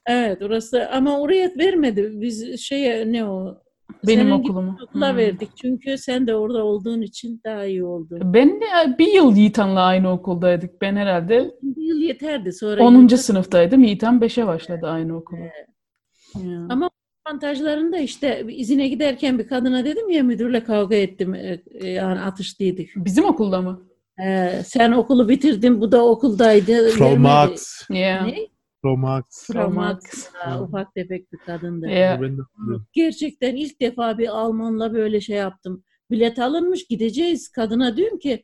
C: evet orası ama oraya vermedi. Biz şeye ne o?
A: Benim
C: Senin
A: okulumu.
C: gittiğin okula
A: Hmm.
C: verdik. Çünkü sen de orada olduğun için daha iyi oldu.
A: Ben de e, bir yıl Yiğitan'la aynı okuldaydık. Ben herhalde
C: Bir yıl yeterdi sonra.
A: 10.
C: yılda-
A: sınıftaydım. Yiğitan 5'e başladı aynı okula. Ya.
C: Ama avantajlarında işte izine giderken bir kadına dedim ya müdürle kavga ettim e, e, yani atıştıydık.
A: Bizim okulda mı?
C: E, sen okulu bitirdin bu da okuldaydı. vermedi.
B: Traumax.
A: Ya.
C: Ne?
B: Traumax.
C: Traumax.
B: Ha.
C: Ufak tefek bir kadındı.
A: Ya.
B: Ben de hatırlıyorum.
C: Gerçekten ilk defa bir Almanla böyle şey yaptım. Bilet alınmış gideceğiz. Kadına diyorum ki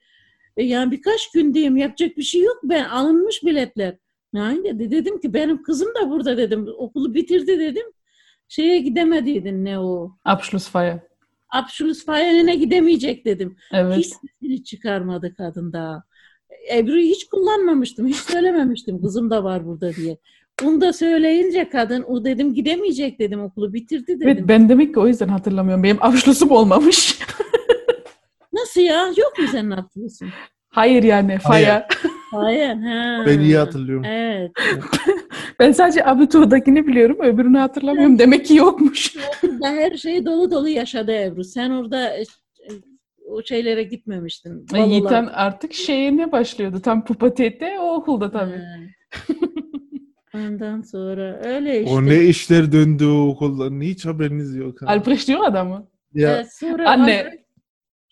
C: "E, yani birkaç gün diyeyim yapacak bir şey yok. Ben alınmış biletler. Yani dedi dedim ki benim kızım da burada dedim. Okulu bitirdi dedim. Şeye gidemediydin ne o?
A: Abschlussfeier.
C: Abşulus Fayen'e gidemeyecek dedim.
A: Evet.
C: Hiç sesini çıkarmadı kadın daha. Ebru'yu hiç kullanmamıştım, hiç söylememiştim. Kızım da var burada diye. Bunu da söyleyince kadın, o dedim gidemeyecek dedim, okulu bitirdi dedim.
A: Evet ben demek ki o yüzden hatırlamıyorum. Benim abschlussum olmamış.
C: Nasıl ya? Yok mu senin atlıyorsun?
A: Hayır yani faya.
C: Fayen, ha.
B: Ben iyi hatırlıyorum.
C: Evet.
A: Ben sadece abiturdakini biliyorum. Öbürünü hatırlamıyorum. Demek ki yokmuş.
C: Okulda her şeyi dolu dolu yaşadı Ebru. Sen orada e, o şeylere gitmemiştin. balolara.
A: Yiğitan artık şeye ne başlıyordu? Tam pubertete o okulda
C: Hmm.
A: tabii.
C: Ha. Ondan sonra öyle işte.
B: O ne işler döndü o okuldan hiç haberiniz yok. ha.
A: Albrecht diyor adamı.
B: Ya
C: Evet, sonra
A: Anne. şey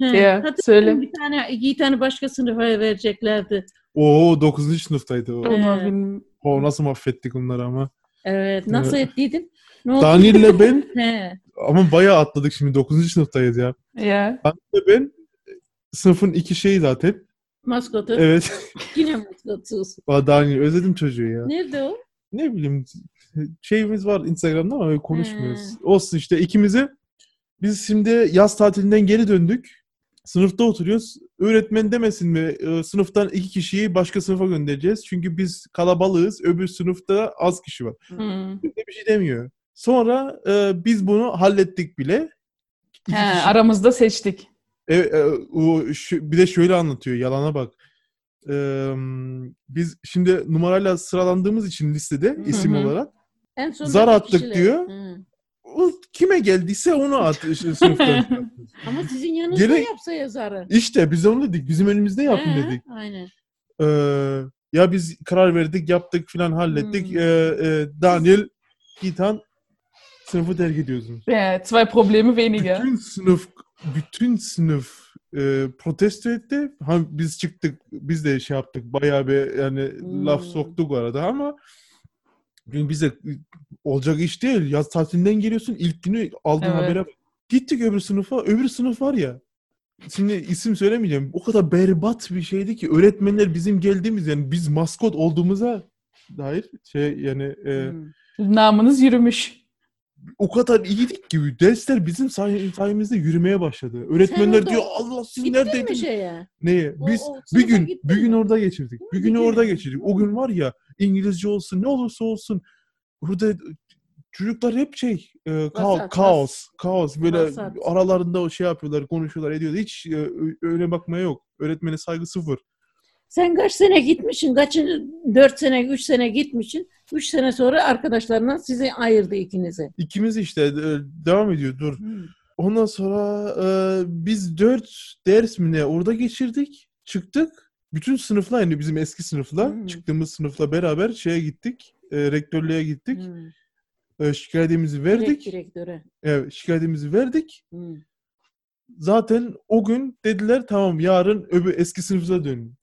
C: He,
A: Ya,
C: hatırlıyorum
A: söyle.
C: Bir tane iki tane başka sınıfa vereceklerdi.
B: o 9. sınıftaydı o.
A: Onu
C: Evet.
A: bilmiyorum.
B: O nasıl mahvettik onları ama.
C: Evet, nasıl ettiydin? Ne oldu?
B: Danil'le ben
C: He.
B: ama bayağı atladık şimdi 9. sınıftayız ya.
A: Ya.
B: Danil'le ben sınıfın iki şeyi zaten.
C: Maskotu.
B: Evet.
C: Yine maskotsuz.
B: Aa, Danil özledim çocuğu ya.
C: Nerede o?
B: ne bileyim şeyimiz var Instagram'da ama öyle konuşmuyoruz. Olsun işte ikimizi biz şimdi yaz tatilinden geri döndük. Sınıfta oturuyoruz. Öğretmen demesin mi e, sınıftan iki kişiyi başka sınıfa göndereceğiz. Çünkü biz kalabalığız. Öbür sınıfta az kişi var.
A: Hmm.
B: Kimse bir şey demiyor. Sonra e, biz bunu hallettik bile. İki
A: He,
B: kişi-
A: aramızda seçtik.
B: e, e, o şu- bir de şöyle anlatıyor yalana bak. Eee, biz şimdi numarayla sıralandığımız için listede isim
A: Hı hı.
B: olarak
C: En son şey
B: Zar attık diyor. o kime geldiyse onu at işte sınıftan.
C: Ama sizin yanınızda
B: Gene-
C: yapsa yazarı.
B: işte biz onu dedik. Bizim önümüzde yapın
C: He,
B: dedik.
C: Aynen.
B: Ee, ya biz karar verdik, yaptık filan hallettik.
C: Hmm.
B: Ee, e, Daniel, Gitan sınıfı terk ediyorsunuz.
A: Ya, zwei Probleme weniger.
B: Bütün sınıf bütün sınıf e, protesto etti. Ha, biz çıktık. Biz de şey yaptık. Bayağı bir yani
C: Hmm.
B: laf soktuk arada ama çünkü bize olacak iş değil. Yaz tatilinden geliyorsun. ilk günü aldığın
A: Evet.
B: habere bak. Gittik öbür sınıfa. Öbür sınıf var ya. Şimdi isim söylemeyeceğim. O kadar berbat bir şeydi ki öğretmenler bizim geldiğimiz yani biz maskot olduğumuza dair şey yani e,
C: Hmm.
A: Namınız yürümüş.
B: o kadar iyiydik ki dersler bizim say- sayemizde yürümeye başladı. Öğretmenler
C: orada
B: diyor Allah siz
C: Gittin mi
B: neredeydiniz?
C: şeye?
B: Neye?
C: O-
B: Biz
C: o
B: bir
C: sınıfa
B: gün
C: gittin
B: bir gün
C: mi?
B: orada geçirdik. Bir
C: bir
B: günü
C: gün.
B: orada geçirdik. O gün var ya İngilizce olsun ne olursa olsun burada çocuklar hep şey e, kao-
C: Vasat,
B: kaos kaos böyle
C: Vasat.
B: aralarında o şey yapıyorlar konuşuyorlar ediyorlar hiç e, ö- öyle bakmaya yok. Öğretmene saygı sıfır.
C: Sen kaç sene gitmişsin? Kaçın? Dört sene, üç sene gitmişsin. Üç sene sonra arkadaşlarından sizi ayırdı ikinizi.
B: İkimiz işte e, devam ediyor dur. Ondan sonra e, biz dört ders mi ne orada geçirdik. Çıktık. Bütün sınıfla yani bizim eski sınıfla
C: Hmm.
B: çıktığımız sınıfla beraber şeye gittik. e, rektörlüğe gittik.
C: Hmm.
B: E, şikayetimizi verdik.
C: direktöre.
B: Evet, şikayetimizi verdik.
C: Hı.
B: Zaten o gün dediler tamam yarın öbür eski sınıfıza dönün.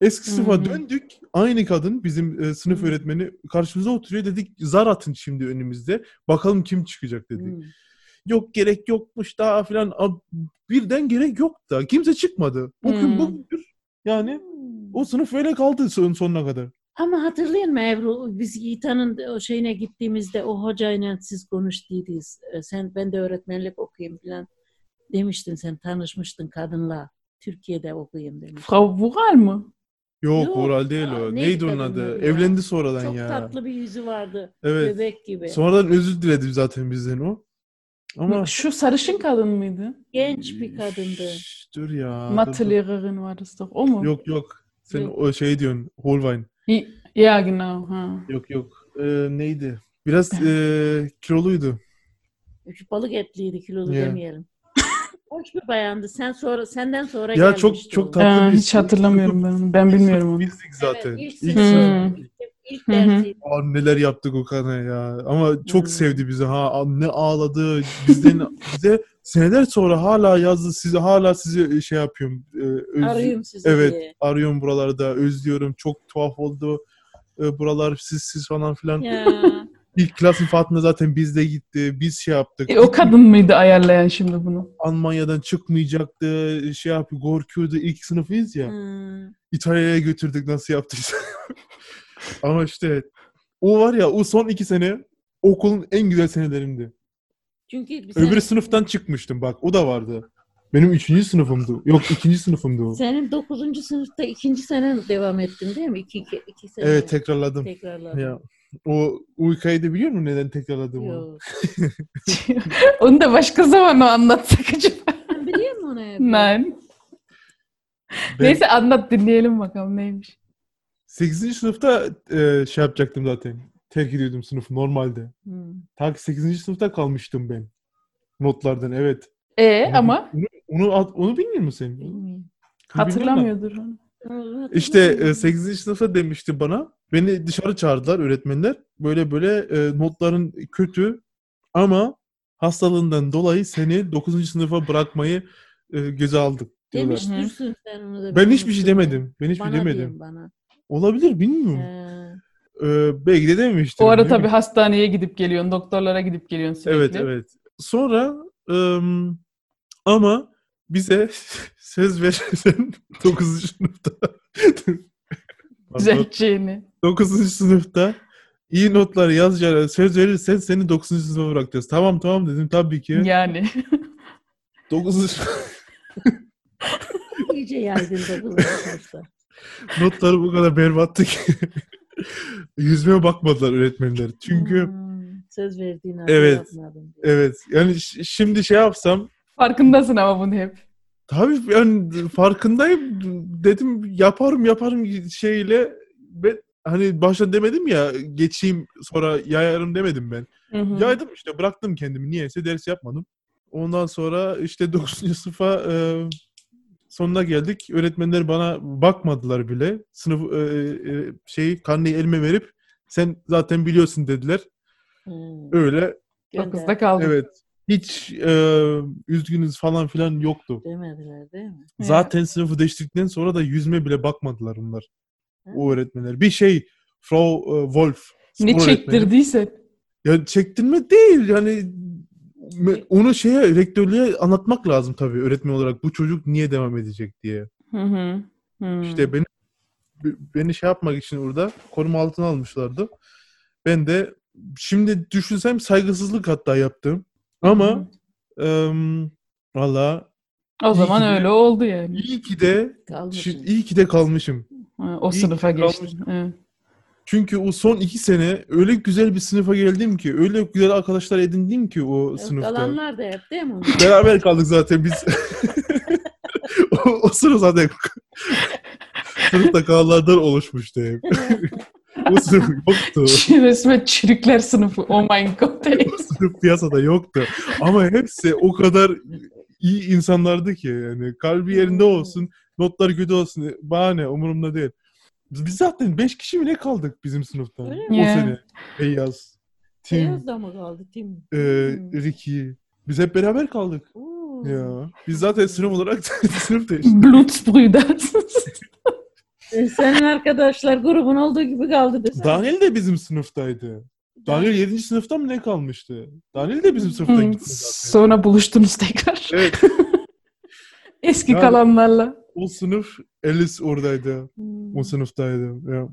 B: Eski sınıfa
A: Hı.
B: döndük. Aynı kadın bizim e, sınıf
C: Hı.
B: öğretmeni karşımıza oturuyor dedik zar atın şimdi önümüzde. Bakalım kim çıkacak dedik.
C: Hı.
B: Yok gerek yokmuş daha filan. A- Birden gerek yok da kimse çıkmadı. Bugün
C: Hmm.
A: Hı.
B: bugündür. Yani o sınıf öyle kaldı son sonuna kadar.
C: Ama hatırlayın mı Ebru? Biz Yiğitan'ın o şeyine gittiğimizde o hocayla siz konuştuydunuz. Ee, Sen ben de öğretmenlik okuyayım falan demiştin sen tanışmıştın kadınla. Türkiye'de okuyayım demiş.
A: Frau Vural mı?
B: Yok,
C: Yok.
B: Vural değil o.
C: Aa,
B: Neydi,
C: neydi
B: onun
C: kadının
B: adı?
C: adı ya?
B: Evlendi sonradan
C: Çok
B: ya.
C: tatlı bir yüzü vardı.
B: Evet.
C: Bebek gibi.
B: Sonradan özür diledi zaten bizden o. Ama
A: Şu sarışın kadın mıydı?
C: Genç bir kadındı.
B: Şşş, Dur ya. dur,
A: Mathe
B: dur.
A: Lehrerin war das doch. O mu?
B: Yok yok. Sen
C: Yok.
B: o şey diyorsun. Holbein.
A: İ- Ya genau. Ha.
B: Yok yok. Ee, neydi? Biraz ee, kiloluydu.
C: Üç balık etliydi kilolu
B: Yeah.
C: demeyelim. Hoş bir bayandı. Sen sonra senden sonra
B: Ya çok-
C: gelmişti
B: çok
C: o.
B: tatlı.
A: Aa,
B: bir
A: hiç
B: sınıf.
A: hatırlamıyorum ben. Ben bilmiyorum onu.
B: Bizdik zaten.
C: Evet, ilk
B: İlk
C: sınıf.
B: sınıf.
C: İlk
A: Hı hı.
C: dersiydi.
B: Aa, neler yaptık Okan'a ya. Ama çok
C: Hmm.
B: sevdi bizi ha. Ne ağladı. Bizden bize seneler sonra hala yazdı. Sizi hala sizi şey yapıyorum. ee, öz-
C: Arıyorum sizi
B: Evet.
C: diye.
B: Arıyorum buralarda. Özlüyorum. Çok tuhaf oldu. Ee, buralar siz siz falan filan.
C: Ya.
B: İlk klasın Fatma zaten bizde gitti. Biz şey yaptık.
A: E, o kadın mıydı ayarlayan şimdi bunu?
B: Almanya'dan çıkmayacaktı. Şey yapıyor. Gorkyu'da ilk sınıfıyız ya.
C: Hı.
B: İtalya'ya götürdük nasıl yaptıysa. Ama işte o var ya o son iki sene okulun en güzel senelerimdi.
C: Çünkü biz-
B: Öbür sınıftan çıkmıştım bak o da vardı. Benim üçüncü sınıfımdı. Yok ikinci sınıfımdı o.
C: Senin 9. sınıfta ikinci senen devam ettin değil mi? İki, iki, iki sene.
B: Evet tekrarladım.
C: tekrarladım.
B: Ya o UK'yı da biliyor musun neden tekrarladım onu?
C: Yok.
A: Onu da başka zaman o anlatsak acaba.
C: Sen biliyor musun onu? Ebru?
A: Nein.
B: Ben
A: Neyse anlat dinleyelim bakalım neymiş.
B: 8. sınıfta e, şey yapacaktım zaten. Terk ediyordum sınıfı normalde.
A: Hmm.
B: Ta ki 8. sınıfta kalmıştım ben. Notlardan evet.
A: E
B: Onu-
A: ama
B: Onu, onu, at- onu bilmiyor musun sen? Bilmiyorum
A: Bilmiyorum.
B: ben.
A: hatırlamıyordur onu.
C: Hatırlamıyorum.
B: İşte e, 8. sınıfta demişti bana. Beni dışarı çağırdılar öğretmenler. Böyle böyle e, notların kötü ama hastalığından dolayı seni 9. sınıfa bırakmayı e, göze aldık diyorlar.
C: Demiş
A: Hı.
C: dursun sen onu da.
B: Ben hiçbir şey
C: unuttum.
B: demedim. Ben hiçbir şey
C: Bana
B: demedim.
C: diyin bana.
B: Olabilir bilmiyorum.
C: Ee,
B: E, belki de dememiştim.
A: O ara
B: ne
A: tabii
B: bileyim.
A: hastaneye gidip geliyorsun, doktorlara gidip geliyorsun sürekli.
B: Evet evet. Sonra ım, ama bize söz verilen 9. sınıfta Pardon.
A: Düzelteceğini.
B: 9. sınıfta iyi notlar yazacağına söz verirsen seni 9. sınıfa bırakacağız. Tamam tamam dedim tabii ki.
A: Yani.
B: 9.
C: iyice yaydın 9. sınıfta.
B: notları bu kadar berbattı ki. Yüzüme bakmadılar öğretmenler. Çünkü
C: Hmm, söz verdiğin halde
B: Evet.
C: yapmadın diye.
B: evet yani ş- şimdi şey yapsam
A: Farkındasın ama bunu hep.
B: tabii ben farkındayım dedim yaparım yaparım şeyle ben hani başta demedim ya geçeyim sonra yayarım demedim ben.
A: Hı hı.
B: Yaydım işte bıraktım kendimi. Niyeyse ders yapmadım. Ondan sonra işte 9. sınıfa e, sonuna geldik. Öğretmenler bana bakmadılar bile. Sınıf e, e, şey karneyi elime verip sen zaten biliyorsun dediler.
C: Hmm,
B: Öyle
A: Dokuzda
C: gönder.
A: kaldım.
B: evet. Hiç e, üzgünüz falan filan yoktu.
C: Demediler değil mi?
A: Evet.
B: Zaten sınıfı değiştirdikten sonra da yüzme bile bakmadılar onlar.
C: Ha.
B: O öğretmenler. Bir şey Frau e, Wolf. spor
A: Ne
B: öğretmeni.
A: çektirdiyse.
B: Ya çektirme değil yani me- onu şeye rektörlüğe anlatmak lazım tabii öğretmen olarak bu çocuk niye devam edecek diye.
A: Hı hı. Hı.
B: İşte beni beni şey yapmak için orada koruma altına almışlardı. Ben de şimdi düşünsem saygısızlık hatta yaptım. Ama em, valla
A: o zaman
B: iyi ki de-
A: öyle oldu yani.
B: iyi ki de
C: Kalmışsın.
B: şi- iyi ki de kalmışım.
A: Ha, o
B: İyi ki
A: sınıfa
B: kalmış.
A: geçtin. Evet.
B: Çünkü o son iki sene öyle güzel bir sınıfa geldim ki, öyle güzel arkadaşlar edindim ki o
C: Evet,
B: sınıfta.
C: Kalanlar da hep değil mi?
B: Beraber kaldık zaten biz. o sıra zaten sınıfta kalanlardan oluşmuştu hep. o sınıf yoktu.
A: Resmen çürükler sınıfı. Oh my god.
B: O sınıf piyasada yoktu. Ama hepsi o kadar iyi insanlardı ki yani kalbi yerinde olsun, notlar kötü olsun bahane umurumda değil. Biz, biz zaten 5 kişi bile kaldık bizim sınıftan
C: Öyle
B: o
A: mi? Yeah.
B: sene. Beyaz, Tim,
C: Beyaz da mı kaldı Tim?
B: e, Ricky. Biz hep beraber kaldık.
C: Oo.
B: Ya. Biz zaten sınıf olarak sınıf değiştirdik.
A: Blutsbrüder.
C: E, senin arkadaşlar grubun olduğu gibi kaldı desene.
B: Daniel de bizim sınıftaydı. Daniel 7. sınıfta mı ne kalmıştı? Daniel de bizim sınıftan gitti zaten.
A: Sonra buluştunuz tekrar.
B: Evet,
A: Eski
B: Yani-
A: kalanlarla.
B: o sınıf Alice oradaydı.
C: Hmm.
B: O sınıftaydı. Ya.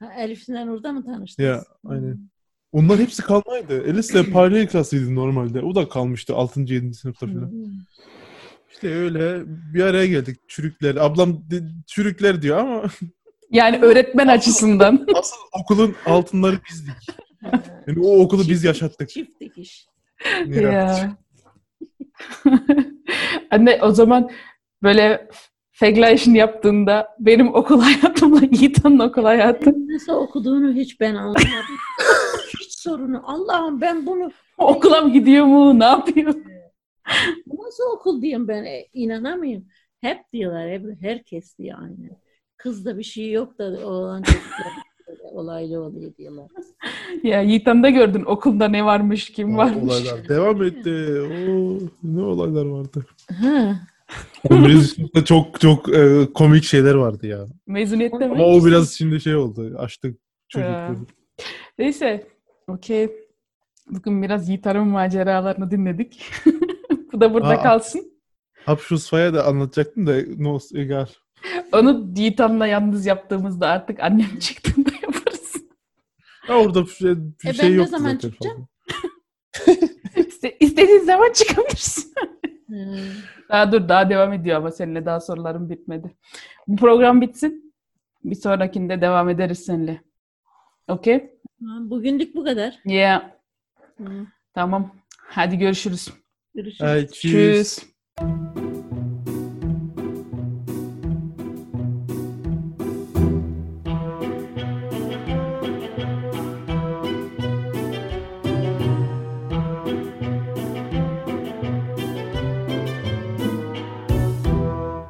C: Ha, Elif'le orada mı tanıştınız?
B: Ya, aynen.
C: Hmm.
B: Onlar hepsi kalmaydı. Alice de paralel klasıydı normalde. O da kalmıştı 6. 7. sınıfta falan.
C: Hmm.
B: İşte öyle bir araya geldik. Çürükler. Ablam de- çürükler diyor ama
A: Yani öğretmen açısından.
B: asıl okulun altınları bizdik. Yani o okulu biz
C: Çift-
B: yaşattık.
C: Çift dikiş.
A: Ya. Anne o zaman böyle fegla işini yaptığında benim okul hayatımla Yiğitan'ın okul hayatı
C: Nasıl okuduğunu hiç ben anlamadım. hiç sorunu. Allah'ım ben bunu
A: okula mı gidiyor mu ne yapıyor?
C: bu nasıl okul diyeyim ben e, inanamıyorum. Hep diyorlar hep herkes diyor aynen. Kızda bir şey yok da oğlan çocuklar böyle olaylı oluyor diyorlar.
A: Ya Yiğitan'da gördün okulda ne varmış kim varmış.
B: Olaylar devam etti. Oo, ne olaylar vardı.
C: Ha.
B: Biraz işte çok çok e, komik şeyler vardı ya.
A: Mezuniyette mi?
B: Ama o biraz şimdi şey oldu. Açtık çocukları.
A: Neyse. Okey. Bugün biraz Yiğitan'ın maceralarını dinledik. Bu da burada
B: Aa.
A: kalsın.
B: Hapşusfa'ya da anlatacaktım da e, no egal.
A: Onu Yiğitan'la yalnız yaptığımızda artık annem çıktığında yaparız.
B: Ya orada bir şey, bir
C: E,
B: şey
C: ben ne
B: yoktu
C: zaman
B: zaten
C: çıkacağım?
B: fazla.
A: İste, istediğin zaman çıkabilirsin.
C: Hı.
A: Daha dur daha devam ediyor ama seninle daha sorularım bitmedi. Bu program bitsin. Bir sonrakinde devam ederiz seninle. Okey?
C: Tamam, Bugünlük bu kadar.
A: Yeah.
C: Hı.
A: Tamam. Hadi görüşürüz.
C: Görüşürüz.
B: Ay,
A: Tschüss.
B: tschüss.